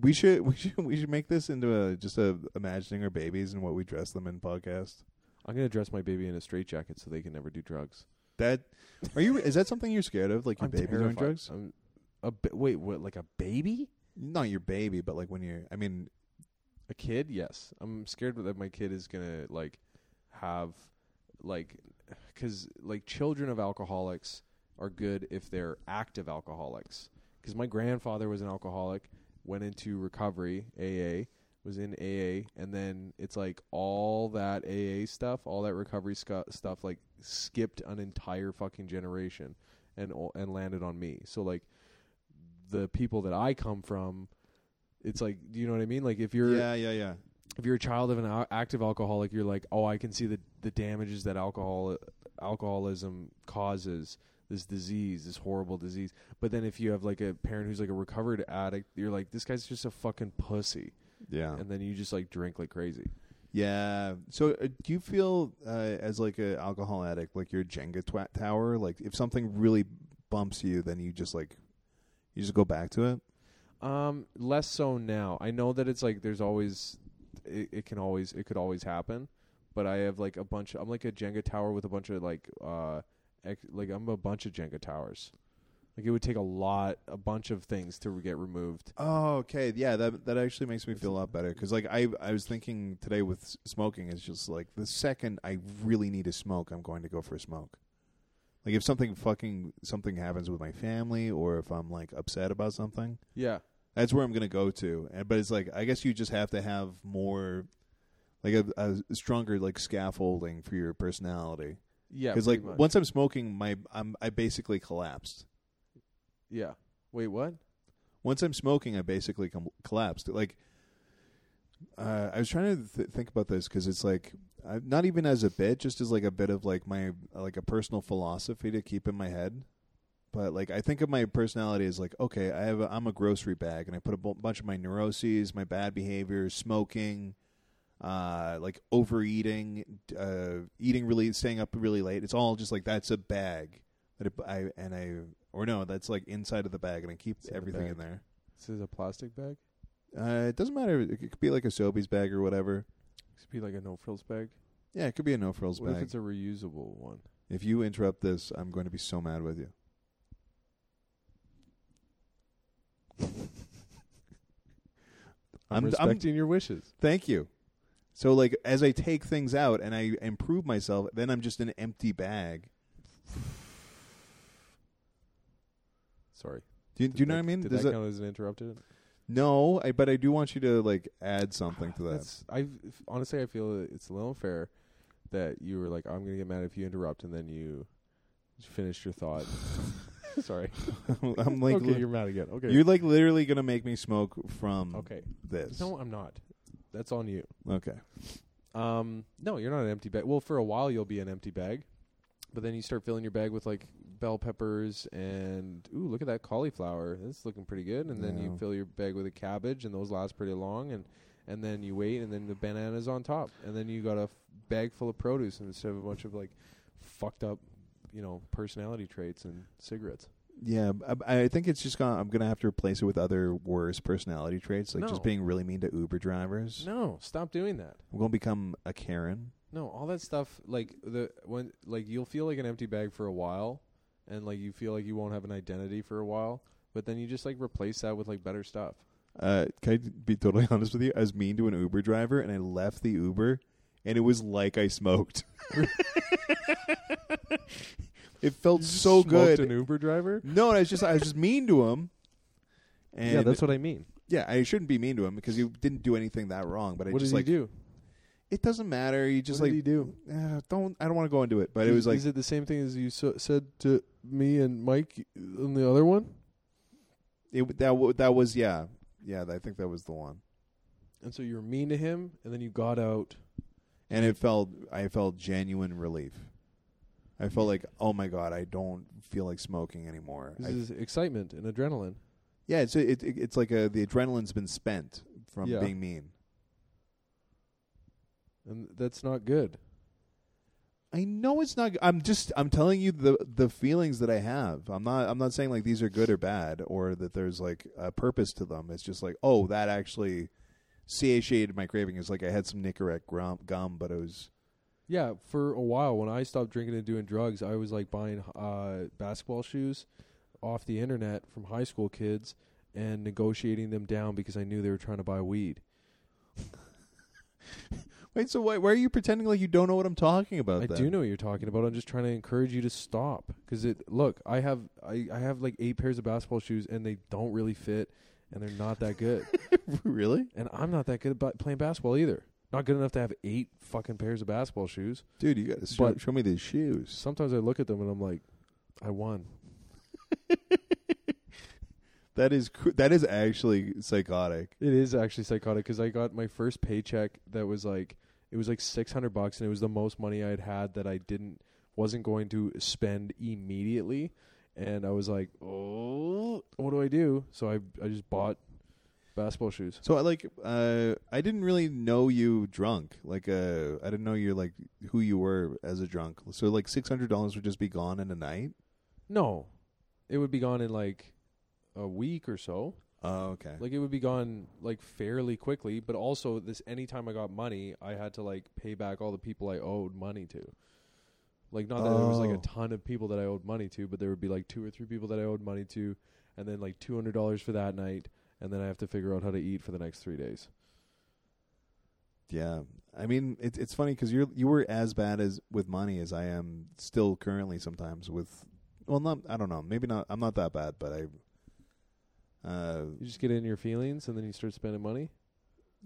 [SPEAKER 1] We should we should we should make this into a just a imagining our babies and what we dress them in podcast.
[SPEAKER 2] I'm gonna dress my baby in a straitjacket so they can never do drugs.
[SPEAKER 1] That are you? is that something you're scared of? Like your baby doing drugs?
[SPEAKER 2] I'm a ba- wait, what? Like a baby?
[SPEAKER 1] Not your baby, but like when you're. I mean,
[SPEAKER 2] A kid? Yes. I'm scared that my kid is gonna like have like because like children of alcoholics are good if they're active alcoholics. Because my grandfather was an alcoholic, went into recovery AA, was in AA, and then it's like all that AA stuff, all that recovery scu- stuff, like skipped an entire fucking generation and o- and landed on me. So like the people that I come from. It's like, do you know what I mean? Like, if you're
[SPEAKER 1] yeah, yeah, yeah.
[SPEAKER 2] if you're a child of an al- active alcoholic, you're like, oh, I can see the the damages that alcohol alcoholism causes. This disease, this horrible disease. But then if you have like a parent who's like a recovered addict, you're like, this guy's just a fucking pussy,
[SPEAKER 1] Yeah,
[SPEAKER 2] and then you just like drink like crazy.
[SPEAKER 1] yeah. So, uh, do you feel uh, as like a alcohol addict, like your Jenga twat tower? Like, if something really bumps you, then you just like you just go back to it.
[SPEAKER 2] Um, less so now. I know that it's like there's always, it, it can always, it could always happen. But I have like a bunch. I'm like a Jenga tower with a bunch of like, uh, ex, like I'm a bunch of Jenga towers. Like it would take a lot, a bunch of things to get removed.
[SPEAKER 1] Oh, okay. Yeah, that that actually makes me feel a lot better because, like, I I was thinking today with s- smoking is just like the second I really need to smoke, I'm going to go for a smoke. Like if something fucking something happens with my family, or if I'm like upset about something,
[SPEAKER 2] Yeah,
[SPEAKER 1] that's where I'm gonna go to. And but it's like I guess you just have to have more, like a, a stronger like scaffolding for your personality.
[SPEAKER 2] yeah.
[SPEAKER 1] Because like
[SPEAKER 2] pretty much.
[SPEAKER 1] once I'm smoking, my I'm I basically collapsed.
[SPEAKER 2] yeah. Wait, what?
[SPEAKER 1] once I'm smoking, I basically com- collapsed. Like, uh, I was trying to th- think about this because it's like I, not even as a bit, just as like a bit of like my like a personal philosophy to keep in my head. But like I think of my personality as like okay, I have a, I'm a grocery bag, and I put a bu- bunch of my neuroses, my bad behavior, smoking, uh, like overeating, uh, eating really, staying up really late. It's all just like that's a bag that it, I and I or no, that's like inside of the bag, and I keep
[SPEAKER 2] Inside the
[SPEAKER 1] everything
[SPEAKER 2] bag.
[SPEAKER 1] in there.
[SPEAKER 2] This is a plastic bag.
[SPEAKER 1] Uh, it doesn't matter. It could be like a Sobeys bag or whatever.
[SPEAKER 2] It could be like a no frills bag.
[SPEAKER 1] Yeah, it could be a no frills
[SPEAKER 2] What if
[SPEAKER 1] bag.
[SPEAKER 2] it's a reusable one?
[SPEAKER 1] if you interrupt this, I'm going to be so mad with you.
[SPEAKER 2] I'm,
[SPEAKER 1] I'm- I'm-
[SPEAKER 2] respecting your wishes.
[SPEAKER 1] Thank you. So, like, as I take things out and I improve myself, then I'm just an empty bag.
[SPEAKER 2] Sorry.
[SPEAKER 1] Do you, do you
[SPEAKER 2] Did
[SPEAKER 1] know
[SPEAKER 2] that-
[SPEAKER 1] what I mean?
[SPEAKER 2] Did
[SPEAKER 1] Does
[SPEAKER 2] that
[SPEAKER 1] that-
[SPEAKER 2] count as an interrupted?
[SPEAKER 1] no, I, but I do want you to like add something to that.
[SPEAKER 2] That's, I honestly, I feel that it's a little unfair that you were like, "I'm gonna get mad if you interrupt," and then you finished your thought. Sorry,
[SPEAKER 1] I'm like,
[SPEAKER 2] okay,
[SPEAKER 1] li-
[SPEAKER 2] you're mad again. Okay,
[SPEAKER 1] you're like literally gonna make me smoke from
[SPEAKER 2] okay.
[SPEAKER 1] this.
[SPEAKER 2] No, I'm not. That's on you.
[SPEAKER 1] Okay.
[SPEAKER 2] Um, no, you're not an empty bag. Well, for a while you'll be an empty bag, but then you start filling your bag with like bell peppers and ooh, look at that cauliflower. That's looking pretty good. And then you
[SPEAKER 1] Yeah.
[SPEAKER 2] fill your bag with a cabbage, and those last pretty long. And and then you wait, and then the bananas on top, and then you got a f- bag full of produce and instead of a bunch of like fucked up, you know, personality traits and cigarettes.
[SPEAKER 1] Yeah, I, I think it's just gonna. I'm gonna have to replace it with other worse personality traits, like
[SPEAKER 2] No.
[SPEAKER 1] just being really mean to Uber drivers.
[SPEAKER 2] No, stop doing that.
[SPEAKER 1] I'm gonna become a Karen.
[SPEAKER 2] No, all that stuff like the when like you'll feel like an empty bag for a while and like you feel like you won't have an identity for a while, but then you just like replace that with like better stuff.
[SPEAKER 1] Uh, can I be totally honest with you? I was mean to an Uber driver, and I left the Uber, and it was like I smoked. it felt so good.
[SPEAKER 2] an Uber driver?
[SPEAKER 1] no, I was just I was just mean to him. And
[SPEAKER 2] yeah, that's what I mean.
[SPEAKER 1] yeah, I shouldn't be mean to him because he didn't do anything that wrong. But I
[SPEAKER 2] What
[SPEAKER 1] just
[SPEAKER 2] did
[SPEAKER 1] like
[SPEAKER 2] he do?
[SPEAKER 1] It doesn't matter. You just
[SPEAKER 2] what
[SPEAKER 1] like
[SPEAKER 2] did he do?
[SPEAKER 1] uh, don't. I don't want to go into it, but it was like
[SPEAKER 2] is it the same thing as you so, said to me and Mike on the other one?
[SPEAKER 1] it, that. wa- That was yeah, yeah. I think that was the one.
[SPEAKER 2] And so you were mean to him, and then you got out.
[SPEAKER 1] and it felt I felt genuine relief. I felt like, oh my god, I don't feel like smoking anymore.
[SPEAKER 2] This
[SPEAKER 1] I,
[SPEAKER 2] is excitement and adrenaline.
[SPEAKER 1] yeah, it's it, it, it's like uh the adrenaline's been spent from
[SPEAKER 2] Yeah.
[SPEAKER 1] being mean.
[SPEAKER 2] And that's not good.
[SPEAKER 1] I know it's not. I'm just I'm telling you the the feelings that I have. I'm not I'm not saying like these are good or bad or that there's like a purpose to them. It's just like oh that actually satiated my craving. It's like I had some Nicorette gum, gum but it was
[SPEAKER 2] Yeah, for a while when I stopped drinking and doing drugs, I was like buying uh, basketball shoes off the internet from high school kids and negotiating them down because I knew they were trying to buy weed.
[SPEAKER 1] wait. So why why are you pretending like you don't know what I'm talking about?
[SPEAKER 2] I
[SPEAKER 1] then?
[SPEAKER 2] do know what you're talking about. I'm just trying to encourage you to stop because it. Look, I have I, I have like eight pairs of basketball shoes and they don't really fit and they're not that good.
[SPEAKER 1] really.
[SPEAKER 2] and I'm not that good at playing basketball either. Not good enough to have eight fucking pairs of basketball shoes.
[SPEAKER 1] Dude, you gotta show,
[SPEAKER 2] But-
[SPEAKER 1] show me these shoes.
[SPEAKER 2] Sometimes I look at them and I'm like, I won.
[SPEAKER 1] That is cr- that is actually psychotic.
[SPEAKER 2] It is actually psychotic because I got my first paycheck that was like it was like six hundred bucks, and it was the most money I had had that I didn't wasn't going to spend immediately, and I was like, oh, what do I do? So I I just bought basketball shoes.
[SPEAKER 1] So I like uh, I didn't really know you drunk. Like uh, I didn't know you like who you were as a drunk. So like six hundred dollars would just be gone in a night.
[SPEAKER 2] No, it would be gone in like a week or so.
[SPEAKER 1] Oh, okay.
[SPEAKER 2] Like it would be gone like fairly quickly, but also this anytime I got money, I had to like pay back all the people I owed money to. Like not that there was like
[SPEAKER 1] Oh.
[SPEAKER 2] a ton of people that I owed money to, but there would be like two or three people that I owed money to, and then like two hundred dollars for that night, and then I have to figure out how to eat for the next three days.
[SPEAKER 1] yeah. I mean, it, it's funny because you're you were as bad as with money as I am still currently sometimes with. Well, not I don't know. Maybe not. I'm not that bad, but I. Uh,
[SPEAKER 2] You just get in your feelings, and then you start spending money.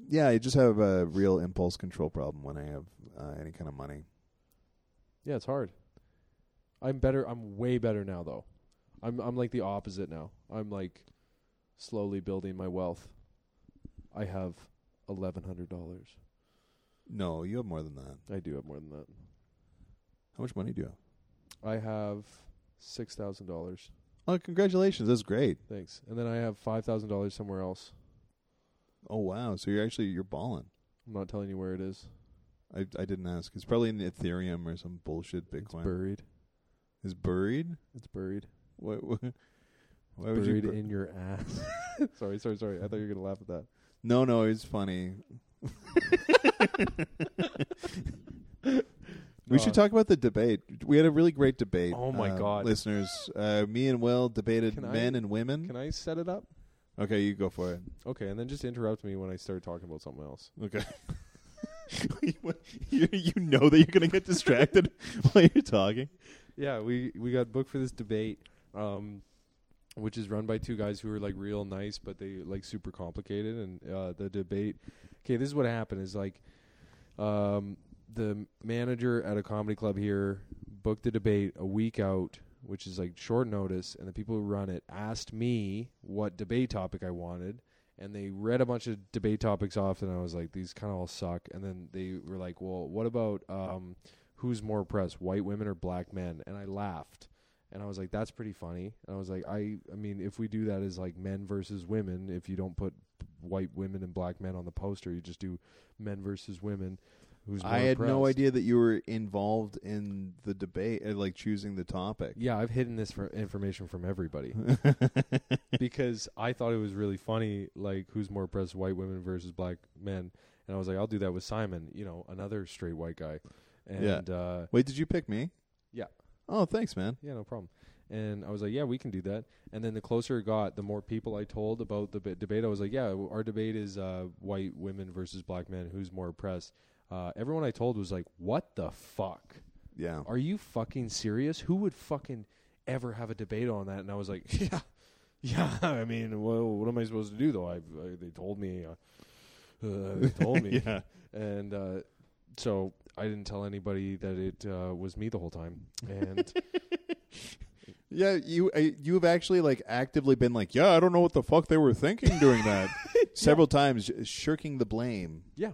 [SPEAKER 1] yeah, I just have a real impulse control problem when I have uh, any kind of money.
[SPEAKER 2] Yeah, it's hard. I'm better. I'm way better now, though. I'm I'm like the opposite now. I'm like slowly building my wealth. I have eleven hundred dollars.
[SPEAKER 1] No, you have more than that.
[SPEAKER 2] I do have more than that.
[SPEAKER 1] How much money do you have?
[SPEAKER 2] I have six thousand dollars.
[SPEAKER 1] Oh, congratulations! That's great.
[SPEAKER 2] Thanks. And then I have five thousand dollars somewhere else.
[SPEAKER 1] Oh wow! So you're actually you're balling.
[SPEAKER 2] I'm not telling you where it is.
[SPEAKER 1] I I didn't ask. It's probably in Ethereum or some bullshit.
[SPEAKER 2] It's
[SPEAKER 1] Bitcoin
[SPEAKER 2] buried.
[SPEAKER 1] is buried.
[SPEAKER 2] It's buried.
[SPEAKER 1] What? what why would you?
[SPEAKER 2] Buried
[SPEAKER 1] bur-
[SPEAKER 2] in your ass. Mm-hmm. sorry, sorry, sorry. I thought you were gonna laugh at that.
[SPEAKER 1] no, no, it's funny. We should
[SPEAKER 2] Uh,
[SPEAKER 1] talk about the debate. We had a really great debate.
[SPEAKER 2] Oh my
[SPEAKER 1] uh,
[SPEAKER 2] God.
[SPEAKER 1] listeners! Uh, me and Will debated
[SPEAKER 2] Can I-
[SPEAKER 1] men and women.
[SPEAKER 2] Can I set it up?
[SPEAKER 1] okay, you go for it.
[SPEAKER 2] Okay, and then just interrupt me when I start talking about something else.
[SPEAKER 1] Okay. you, you know that you're gonna get distracted while you're talking.
[SPEAKER 2] yeah, we we got booked for this debate, um, which is run by two guys who are like real nice, but they like super complicated. And uh, the debate, okay, this is what happened: is like, um, the manager at a comedy club here booked the debate a week out, which is like short notice, and the people who run it asked me what debate topic I wanted. And they read a bunch of debate topics off, and I was like, "These kind of all suck." And then they were like, "Well, what about um, who's more oppressed, white women or black men? And I laughed. And I was like, that's pretty funny. And I was like, I, I mean, if we do that as like men versus women, if you don't put white women and black men on the poster, you just do men versus women. Who's more
[SPEAKER 1] I had no
[SPEAKER 2] oppressed.
[SPEAKER 1] idea that you were involved in the debate, uh, like choosing the topic.
[SPEAKER 2] Yeah, I've hidden this for information from everybody because I thought it was really funny, like who's more oppressed, white women versus black men. And I was like, I'll do that with Simon, you know, another straight white guy.
[SPEAKER 1] Yeah.
[SPEAKER 2] And uh,
[SPEAKER 1] Wait, did you pick me?
[SPEAKER 2] Yeah.
[SPEAKER 1] Oh, thanks, man.
[SPEAKER 2] Yeah, no problem. And I was like, yeah, we can do that. And then the closer it got, the more people I told about the b- debate. I was like, yeah, our debate is uh, white women versus black men. Who's more oppressed? Uh, everyone I told was like, what the fuck?
[SPEAKER 1] Yeah.
[SPEAKER 2] Are you fucking serious? Who would fucking ever have a debate on that? And I was like, yeah, yeah. I mean, well, what am I supposed to do though? I, I they told me. Uh, uh, they told me.
[SPEAKER 1] yeah.
[SPEAKER 2] And uh, so I didn't tell anybody that it uh, was me the whole time. And
[SPEAKER 1] Yeah, you uh, you've actually like actively been like, yeah, I don't know what the fuck they were thinking doing that. Several times, shirking the blame.
[SPEAKER 2] yeah,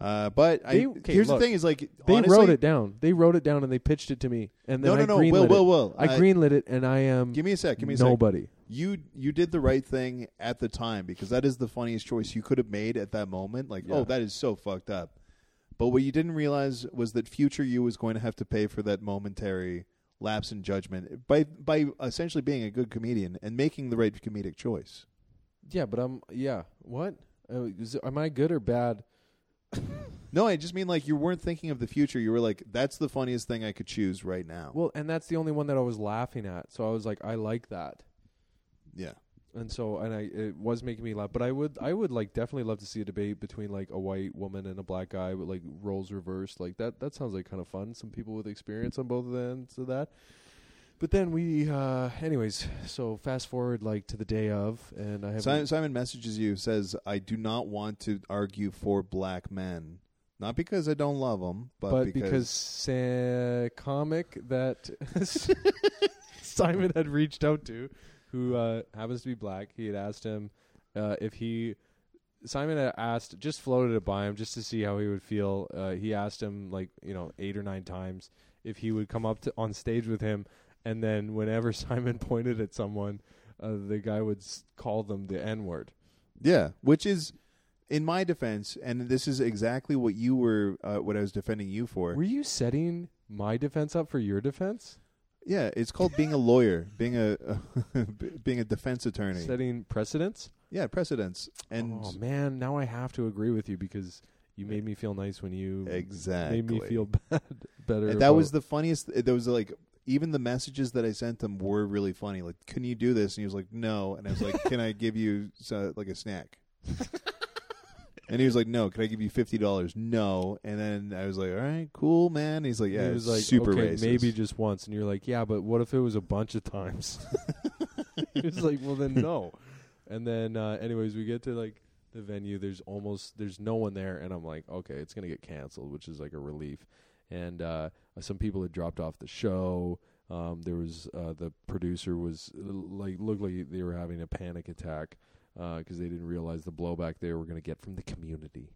[SPEAKER 1] Uh, but I,
[SPEAKER 2] They- okay,
[SPEAKER 1] here's
[SPEAKER 2] look.
[SPEAKER 1] the thing: is like
[SPEAKER 2] they
[SPEAKER 1] honestly,
[SPEAKER 2] wrote it down. They wrote it down and they pitched it to me. And
[SPEAKER 1] No,
[SPEAKER 2] then
[SPEAKER 1] no,
[SPEAKER 2] I
[SPEAKER 1] no.
[SPEAKER 2] greenlit
[SPEAKER 1] Will, will,
[SPEAKER 2] it.
[SPEAKER 1] will. uh,
[SPEAKER 2] I greenlit it, and I am
[SPEAKER 1] Give me a sec. Give me a sec.
[SPEAKER 2] nobody.
[SPEAKER 1] you you did the right thing at the time because that is the funniest choice you could have made at that moment. Like,
[SPEAKER 2] Yeah.
[SPEAKER 1] oh, that is so fucked up. But what you didn't realize was that future you was going to have to pay for that momentary lapse in judgment by by essentially being a good comedian and making the right comedic choice.
[SPEAKER 2] Yeah, but I'm yeah. What uh, is, am I good or bad?
[SPEAKER 1] No, I just mean like you weren't thinking of the future. You were like, that's the funniest thing I could choose right now.
[SPEAKER 2] Well, and that's the only one that I was laughing at. So I was like, I like that.
[SPEAKER 1] yeah.
[SPEAKER 2] and so and I it was making me laugh. But I would I would like definitely love to see a debate between like a white woman and a black guy with like roles reversed. Like that that sounds like kind of fun. Some people with experience on both ends of that. But then we uh anyways, so fast forward like to the day of and I have
[SPEAKER 1] Simon, Simon messages you says, "I do not want to argue for black men, not because I don't love them, but,
[SPEAKER 2] but because a comic that Simon had reached out to, who uh, happens to be black, he had asked him uh, if he. Simon had asked, just floated it by him just to see how he would feel. Uh, he asked him like you know eight or nine times if he would come up to, on stage with him, and then whenever Simon pointed at someone, uh, the guy would s- call them the N word.
[SPEAKER 1] Yeah, which is in my defense, and this is exactly what you were, uh, what I was defending you for.
[SPEAKER 2] Were you setting my defense up for your defense?
[SPEAKER 1] yeah, it's called being a lawyer, being a being a defense attorney.
[SPEAKER 2] Setting precedence?
[SPEAKER 1] yeah, precedence and
[SPEAKER 2] oh man, now I have to agree with you because you made me feel nice when you
[SPEAKER 1] exactly.
[SPEAKER 2] made me feel bad better.
[SPEAKER 1] And that was
[SPEAKER 2] about-
[SPEAKER 1] the funniest. There was like even the messages that I sent him were really funny. Like, can you do this? And he was like, no. And I was like, can I give you uh, like a snack? and he was like, no. Can I give you fifty dollars? No. And then I was like, all right, cool, man. And he's like, yeah,
[SPEAKER 2] He
[SPEAKER 1] it's
[SPEAKER 2] was like
[SPEAKER 1] super
[SPEAKER 2] okay,
[SPEAKER 1] racist.
[SPEAKER 2] maybe just once, and you're like, yeah, but what if it was a bunch of times? he was like, well then no. And then uh, anyways, we get to like the venue. There's almost there's no one there, and I'm like, okay, it's gonna get canceled, which is like a relief. And uh, some people had dropped off the show. Um, there was uh, the producer was uh, like looked like they were having a panic attack because they didn't realize the blowback they were going to get from the community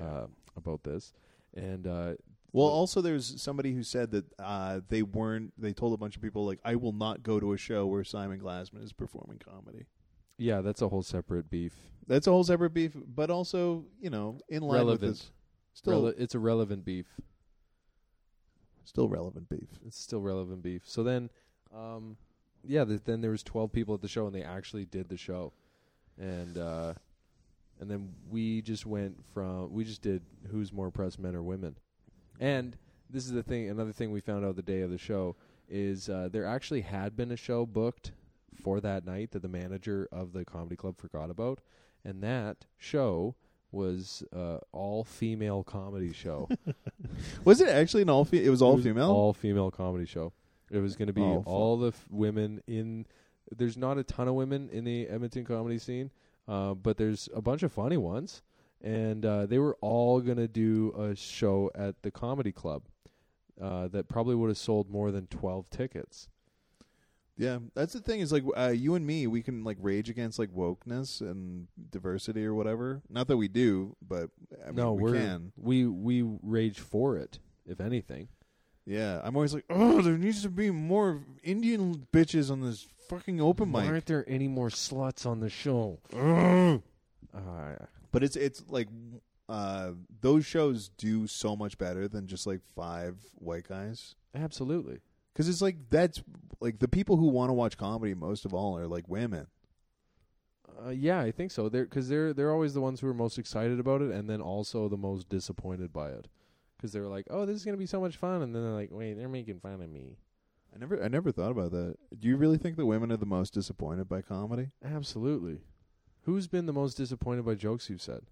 [SPEAKER 2] uh, about this. And uh,
[SPEAKER 1] Well, also there's somebody who said that uh, they weren't. They told a bunch of people like, I will not go to a show where Simon Glassman is performing comedy.
[SPEAKER 2] yeah, that's a whole separate beef.
[SPEAKER 1] That's a whole separate beef. But also, you know, in line with
[SPEAKER 2] Relevant,
[SPEAKER 1] this, still
[SPEAKER 2] Rele- it's a relevant beef.
[SPEAKER 1] still relevant beef.
[SPEAKER 2] It's still relevant beef. So then, um, yeah, th- then there was twelve people at the show, and they actually did the show, and uh, and then we just went from we just did who's more oppressed, men or women, and this is the thing. Another thing we found out the day of the show is uh, there actually had been a show booked for that night that the manager of the comedy club forgot about, and that show was uh, all female comedy show.
[SPEAKER 1] Was it actually an all? Fe- it was all
[SPEAKER 2] It was
[SPEAKER 1] female.
[SPEAKER 2] all female comedy show. It was going to be
[SPEAKER 1] Oh, fu-
[SPEAKER 2] all the f- women in. There's not a ton of women in the Edmonton comedy scene, uh, but there's a bunch of funny ones, and uh, they were all going to do a show at the comedy club uh, that probably would have sold more than twelve tickets.
[SPEAKER 1] Yeah, that's the thing. Is like uh, you and me, we can like rage against like wokeness and diversity or whatever. Not that we do, but I mean,
[SPEAKER 2] no,
[SPEAKER 1] we
[SPEAKER 2] we're
[SPEAKER 1] can.
[SPEAKER 2] we we rage for it. If anything,
[SPEAKER 1] Yeah, I'm always like, oh, there needs to be more Indian bitches on this fucking open
[SPEAKER 2] why
[SPEAKER 1] mic.
[SPEAKER 2] aren't there any more sluts on the show? Uh,
[SPEAKER 1] But it's it's like uh, those shows do so much better than just like five white guys.
[SPEAKER 2] absolutely.
[SPEAKER 1] Because it's like that's like the people who want to watch comedy most of all are like women.
[SPEAKER 2] Uh, yeah, I think so. They're because they're they're always the ones who are most excited about it, and then also the most disappointed by it, because they're like, "Oh, this is gonna be so much fun," and then they're like, "Wait, they're making fun of me."
[SPEAKER 1] I never I never thought about that. Do you really think that women are the most disappointed by comedy?
[SPEAKER 2] Absolutely. Who's been the most disappointed by jokes you've said?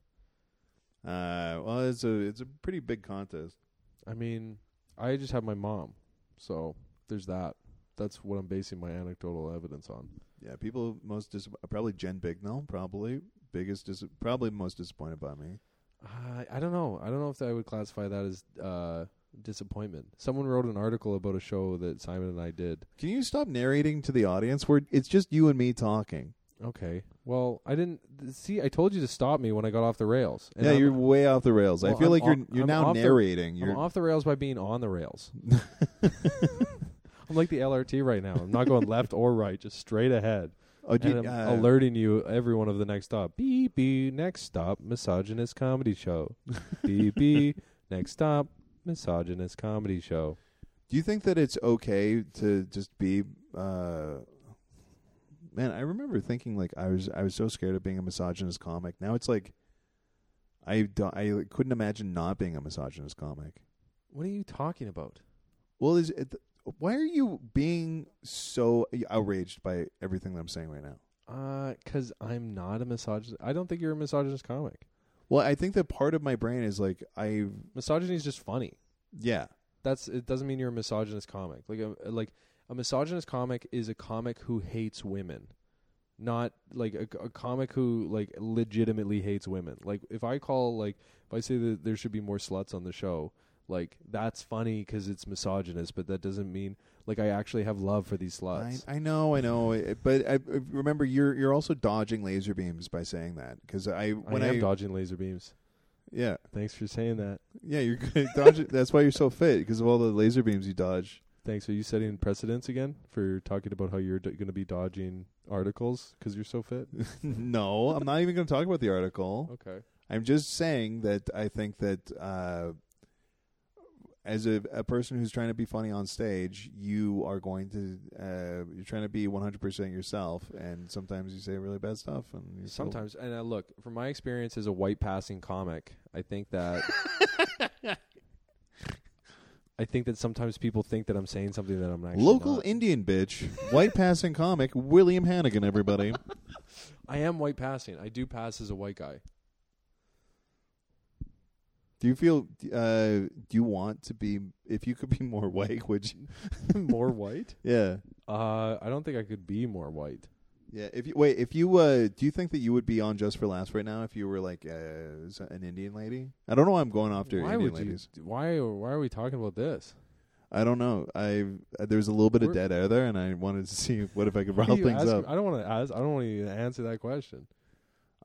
[SPEAKER 1] Uh, well, it's a it's a pretty big contest.
[SPEAKER 2] I mean, I just have my mom, so there's that. That's what I'm basing my anecdotal evidence on.
[SPEAKER 1] Yeah, people most dis- probably Jen Bignell, probably biggest dis- probably most disappointed by me.
[SPEAKER 2] I- I don't know. I don't know if I would classify that as uh, disappointment. Someone wrote an article about a show that Simon and I did.
[SPEAKER 1] Can you stop narrating to the audience? Where it's just you and me talking.
[SPEAKER 2] Okay. Well, I didn't see. I told you to stop me when I got off the rails. And
[SPEAKER 1] yeah,
[SPEAKER 2] I'm-
[SPEAKER 1] you're way off the rails.
[SPEAKER 2] Well,
[SPEAKER 1] I feel
[SPEAKER 2] I'm
[SPEAKER 1] like you're
[SPEAKER 2] off-
[SPEAKER 1] you're
[SPEAKER 2] I'm
[SPEAKER 1] now
[SPEAKER 2] off the-
[SPEAKER 1] narrating.
[SPEAKER 2] I'm
[SPEAKER 1] you're
[SPEAKER 2] off the rails by being on the rails. I'm like the LRT right now. I'm not going left or right, just straight ahead.
[SPEAKER 1] oh, gee,
[SPEAKER 2] And
[SPEAKER 1] uh,
[SPEAKER 2] I'm alerting you every one of the next stop. Beep beep. Next stop, misogynist comedy show. beep beep. Next stop, misogynist comedy show.
[SPEAKER 1] Do you think that it's okay to just be? Uh, man, I remember thinking like I was I was so scared of being a misogynist comic. Now it's like I do, I couldn't imagine not being a misogynist comic.
[SPEAKER 2] What are you talking about?
[SPEAKER 1] Well, is it, why are you being so outraged by everything that I'm saying right now?
[SPEAKER 2] Uh, cause I'm not a misogynist. I don't think you're a misogynist comic.
[SPEAKER 1] Well, I think that part of my brain is like I
[SPEAKER 2] Misogyny is just funny.
[SPEAKER 1] yeah.
[SPEAKER 2] That's it. Doesn't mean you're a misogynist comic. Like a like a misogynist comic is a comic who hates women, not like a, a comic who like legitimately hates women. Like if I call like if I say that there should be more sluts on the show, like that's funny because it's misogynist, but that doesn't mean like I actually have love for
[SPEAKER 1] I,
[SPEAKER 2] these sluts.
[SPEAKER 1] I know, I know, I- but I, I remember you're you're also dodging laser beams by saying that because I when
[SPEAKER 2] I
[SPEAKER 1] I,
[SPEAKER 2] am dodging laser beams.
[SPEAKER 1] yeah
[SPEAKER 2] Thanks for saying that.
[SPEAKER 1] yeah you're good at dodging. That's why you're so fit because of all the laser beams you dodge.
[SPEAKER 2] Thanks. Are you setting precedence again for talking about how you're d- going to be dodging articles because you're so fit?
[SPEAKER 1] no, I'm not even going to talk about the article.
[SPEAKER 2] Okay.
[SPEAKER 1] I'm just saying that I think that uh, as a, a person who's trying to be funny on stage, you are going to uh, you're trying to be 100 percent yourself, and sometimes you say really bad stuff, and you're still-
[SPEAKER 2] Sometimes, and uh, look, from my experience as a white passing comic, I think that I think that sometimes people think that I'm saying something that I'm actually
[SPEAKER 1] Local
[SPEAKER 2] Not.
[SPEAKER 1] Indian bitch, white passing comic, William Hannigan, everybody.
[SPEAKER 2] I am white passing. I do pass as a white guy.
[SPEAKER 1] Do you feel, uh, do you want to be, if you could be more white, would you?
[SPEAKER 2] more white?
[SPEAKER 1] Yeah.
[SPEAKER 2] Uh, I don't think I could be more white.
[SPEAKER 1] Yeah. If you, wait, if you, uh, do you think that you would be on Just for Laughs right now if you were like uh, s- an Indian lady? I don't know why I'm going after
[SPEAKER 2] why
[SPEAKER 1] Indian
[SPEAKER 2] would you?
[SPEAKER 1] ladies.
[SPEAKER 2] Why? Why are we talking about this?
[SPEAKER 1] I don't know. I uh, There was a little bit of
[SPEAKER 2] We're-
[SPEAKER 1] dead air there, and I wanted to see what if I could
[SPEAKER 2] Why
[SPEAKER 1] rile
[SPEAKER 2] you
[SPEAKER 1] things
[SPEAKER 2] asking-
[SPEAKER 1] up.
[SPEAKER 2] I don't want to ask. I don't want you to answer that question.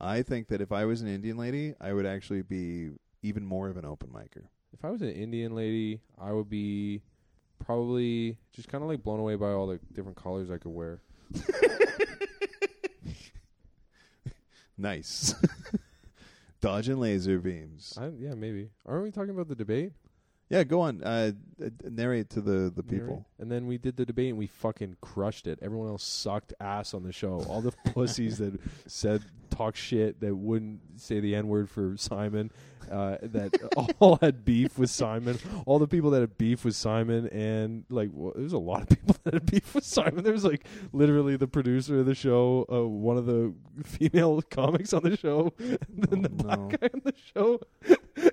[SPEAKER 1] I think that if I was an Indian lady, I would actually be even more of an open micer.
[SPEAKER 2] If I was an Indian lady, I would be probably just kind of like blown away by all the different colors I could wear.
[SPEAKER 1] Nice. Dodging laser beams.
[SPEAKER 2] I, yeah, maybe. Aren't we talking about the debate?
[SPEAKER 1] Yeah, go on. Uh, d- d- narrate to the, the people.
[SPEAKER 2] And then we did the debate and we fucking crushed it. Everyone else sucked ass on the show. All the pussies that said talk shit that wouldn't say the n word for Simon, uh, that all had beef with Simon. All the people that had beef with Simon and like w there was a lot of people that had beef with Simon. There was like literally the producer of the show, uh, one of the female comics on the show, and then
[SPEAKER 1] Oh,
[SPEAKER 2] the black
[SPEAKER 1] no.
[SPEAKER 2] guy on the show.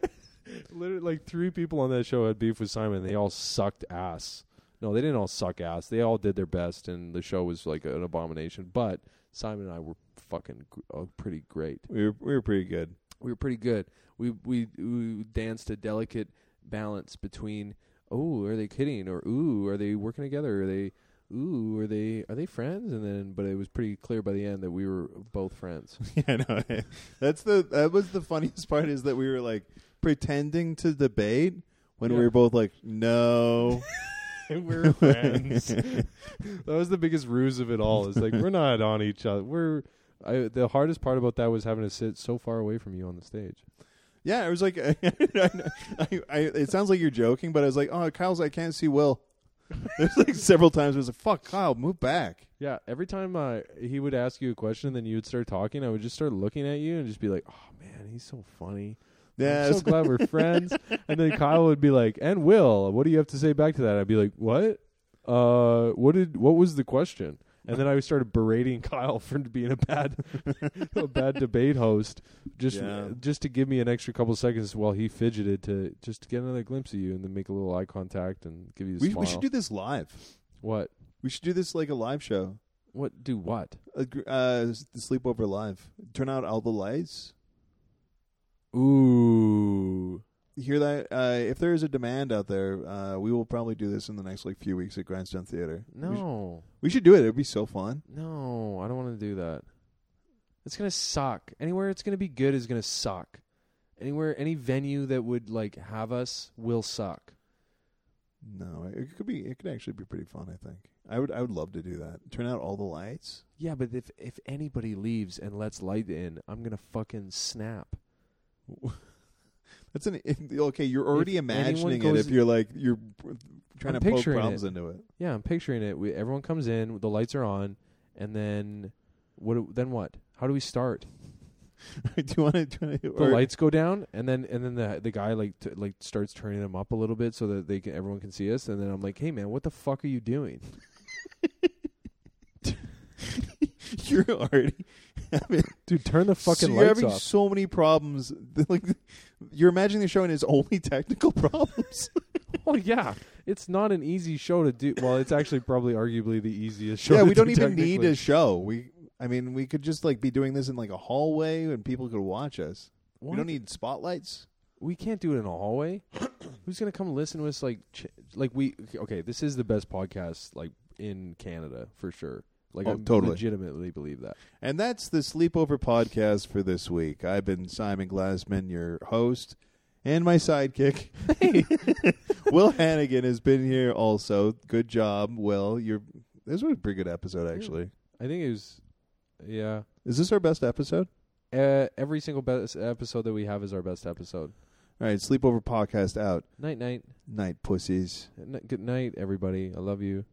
[SPEAKER 2] Literally, like three people on that show had beef with Simon. They all sucked ass. No, they didn't all suck ass. They all did their best, and the show was like an abomination. But Simon and I were fucking gr- oh, pretty great.
[SPEAKER 1] We were we were pretty good.
[SPEAKER 2] We were pretty good. We we we danced a delicate balance between oh, are they kidding or ooh, are they working together? Are they ooh, are they are they friends? And then, but it was pretty clear by the end that we were both friends.
[SPEAKER 1] yeah, no, that's the that was the funniest part is that we were like pretending to debate when we
[SPEAKER 2] Yeah.
[SPEAKER 1] were both like no.
[SPEAKER 2] we're friends. that was the biggest ruse of it all. It's like we're not on each other. We're I, the hardest part about that was having to sit so far away from you on the stage.
[SPEAKER 1] yeah, I was like, I, I, I, it sounds like you're joking, but I was like, oh, Kyle's, I can't see Will. There's like several times I was like, fuck, Kyle, move back.
[SPEAKER 2] Yeah, every time uh, he would ask you a question, then you would start talking. I would just start looking at you and just be like, "Oh man, he's so funny."
[SPEAKER 1] Yeah,
[SPEAKER 2] I'm so glad we're friends. And then Kyle would be like, "And Will, what do you have to say back to that?" I'd be like, "What? Uh, what did? What was the question?" And then I started berating Kyle for being a bad, a bad debate host, just
[SPEAKER 1] Yeah.
[SPEAKER 2] just to give me an extra couple seconds while he fidgeted to just to get another glimpse of you and then make a little eye contact and give you a
[SPEAKER 1] we,
[SPEAKER 2] smile.
[SPEAKER 1] we should do this live.
[SPEAKER 2] what?
[SPEAKER 1] We should do this like a live show.
[SPEAKER 2] What? Do what?
[SPEAKER 1] Agr- uh, s- the sleepover live. Turn out all the lights.
[SPEAKER 2] Ooh.
[SPEAKER 1] You hear that? Uh, if there is a demand out there, uh, we will probably do this in the next like few weeks at Grindstone Theater. we should,
[SPEAKER 2] No.
[SPEAKER 1] we should do it. It'd be so fun.
[SPEAKER 2] No, I don't want to do that. It's gonna suck. Anywhere it's gonna be good is gonna suck. Anywhere, any venue that would like have us will suck.
[SPEAKER 1] No, it could be. It could actually be pretty fun. I think. I would. I would love to do that. Turn out all the lights.
[SPEAKER 2] Yeah, but if if anybody leaves and lets light in, I'm gonna fucking snap.
[SPEAKER 1] That's an if- okay. You're already
[SPEAKER 2] If anyone
[SPEAKER 1] imagining it.
[SPEAKER 2] goes-
[SPEAKER 1] If you're like you're trying
[SPEAKER 2] I'm
[SPEAKER 1] to poke
[SPEAKER 2] picturing
[SPEAKER 1] problems
[SPEAKER 2] it.
[SPEAKER 1] into it.
[SPEAKER 2] Yeah, I'm picturing it. We, everyone comes in, the lights are on, and then what? do- Then what? How do we start?
[SPEAKER 1] do you want to? try
[SPEAKER 2] The lights go down, and then and then the the guy like t- like starts turning them up a little bit so that they can everyone can see us. And then I'm like, hey man, what the fuck are you doing?
[SPEAKER 1] You're already. having
[SPEAKER 2] Dude, turn the fucking
[SPEAKER 1] so you're
[SPEAKER 2] lights
[SPEAKER 1] having
[SPEAKER 2] off.
[SPEAKER 1] so many problems. Like you're imagining the show and it's only technical problems.
[SPEAKER 2] Well, yeah, it's not an easy show to do. Well, it's actually probably arguably the easiest show.
[SPEAKER 1] yeah,
[SPEAKER 2] to
[SPEAKER 1] we
[SPEAKER 2] do
[SPEAKER 1] don't even need
[SPEAKER 2] technically.
[SPEAKER 1] a show. We. I mean, we could just like be doing this in like a hallway and people could watch us.
[SPEAKER 2] What?
[SPEAKER 1] We don't need spotlights.
[SPEAKER 2] We can't do it in a hallway. Who's gonna come listen to us? Like, ch- like we. Okay, this is the best podcast like in Canada for sure. Like,
[SPEAKER 1] Oh,
[SPEAKER 2] I
[SPEAKER 1] totally.
[SPEAKER 2] legitimately believe that.
[SPEAKER 1] And that's the Sleepover Podcast for this week. I've been Simon Glassman, your host, and my sidekick. Will Hannigan has been here also. Good job, Will. You're this was a pretty good episode actually.
[SPEAKER 2] I think it was. Yeah,
[SPEAKER 1] Is this our best episode?
[SPEAKER 2] uh, every single best episode that we have is our best episode.
[SPEAKER 1] All right, Sleepover Podcast out.
[SPEAKER 2] Night, night,
[SPEAKER 1] Night pussies.
[SPEAKER 2] N- good night, everybody. I love you.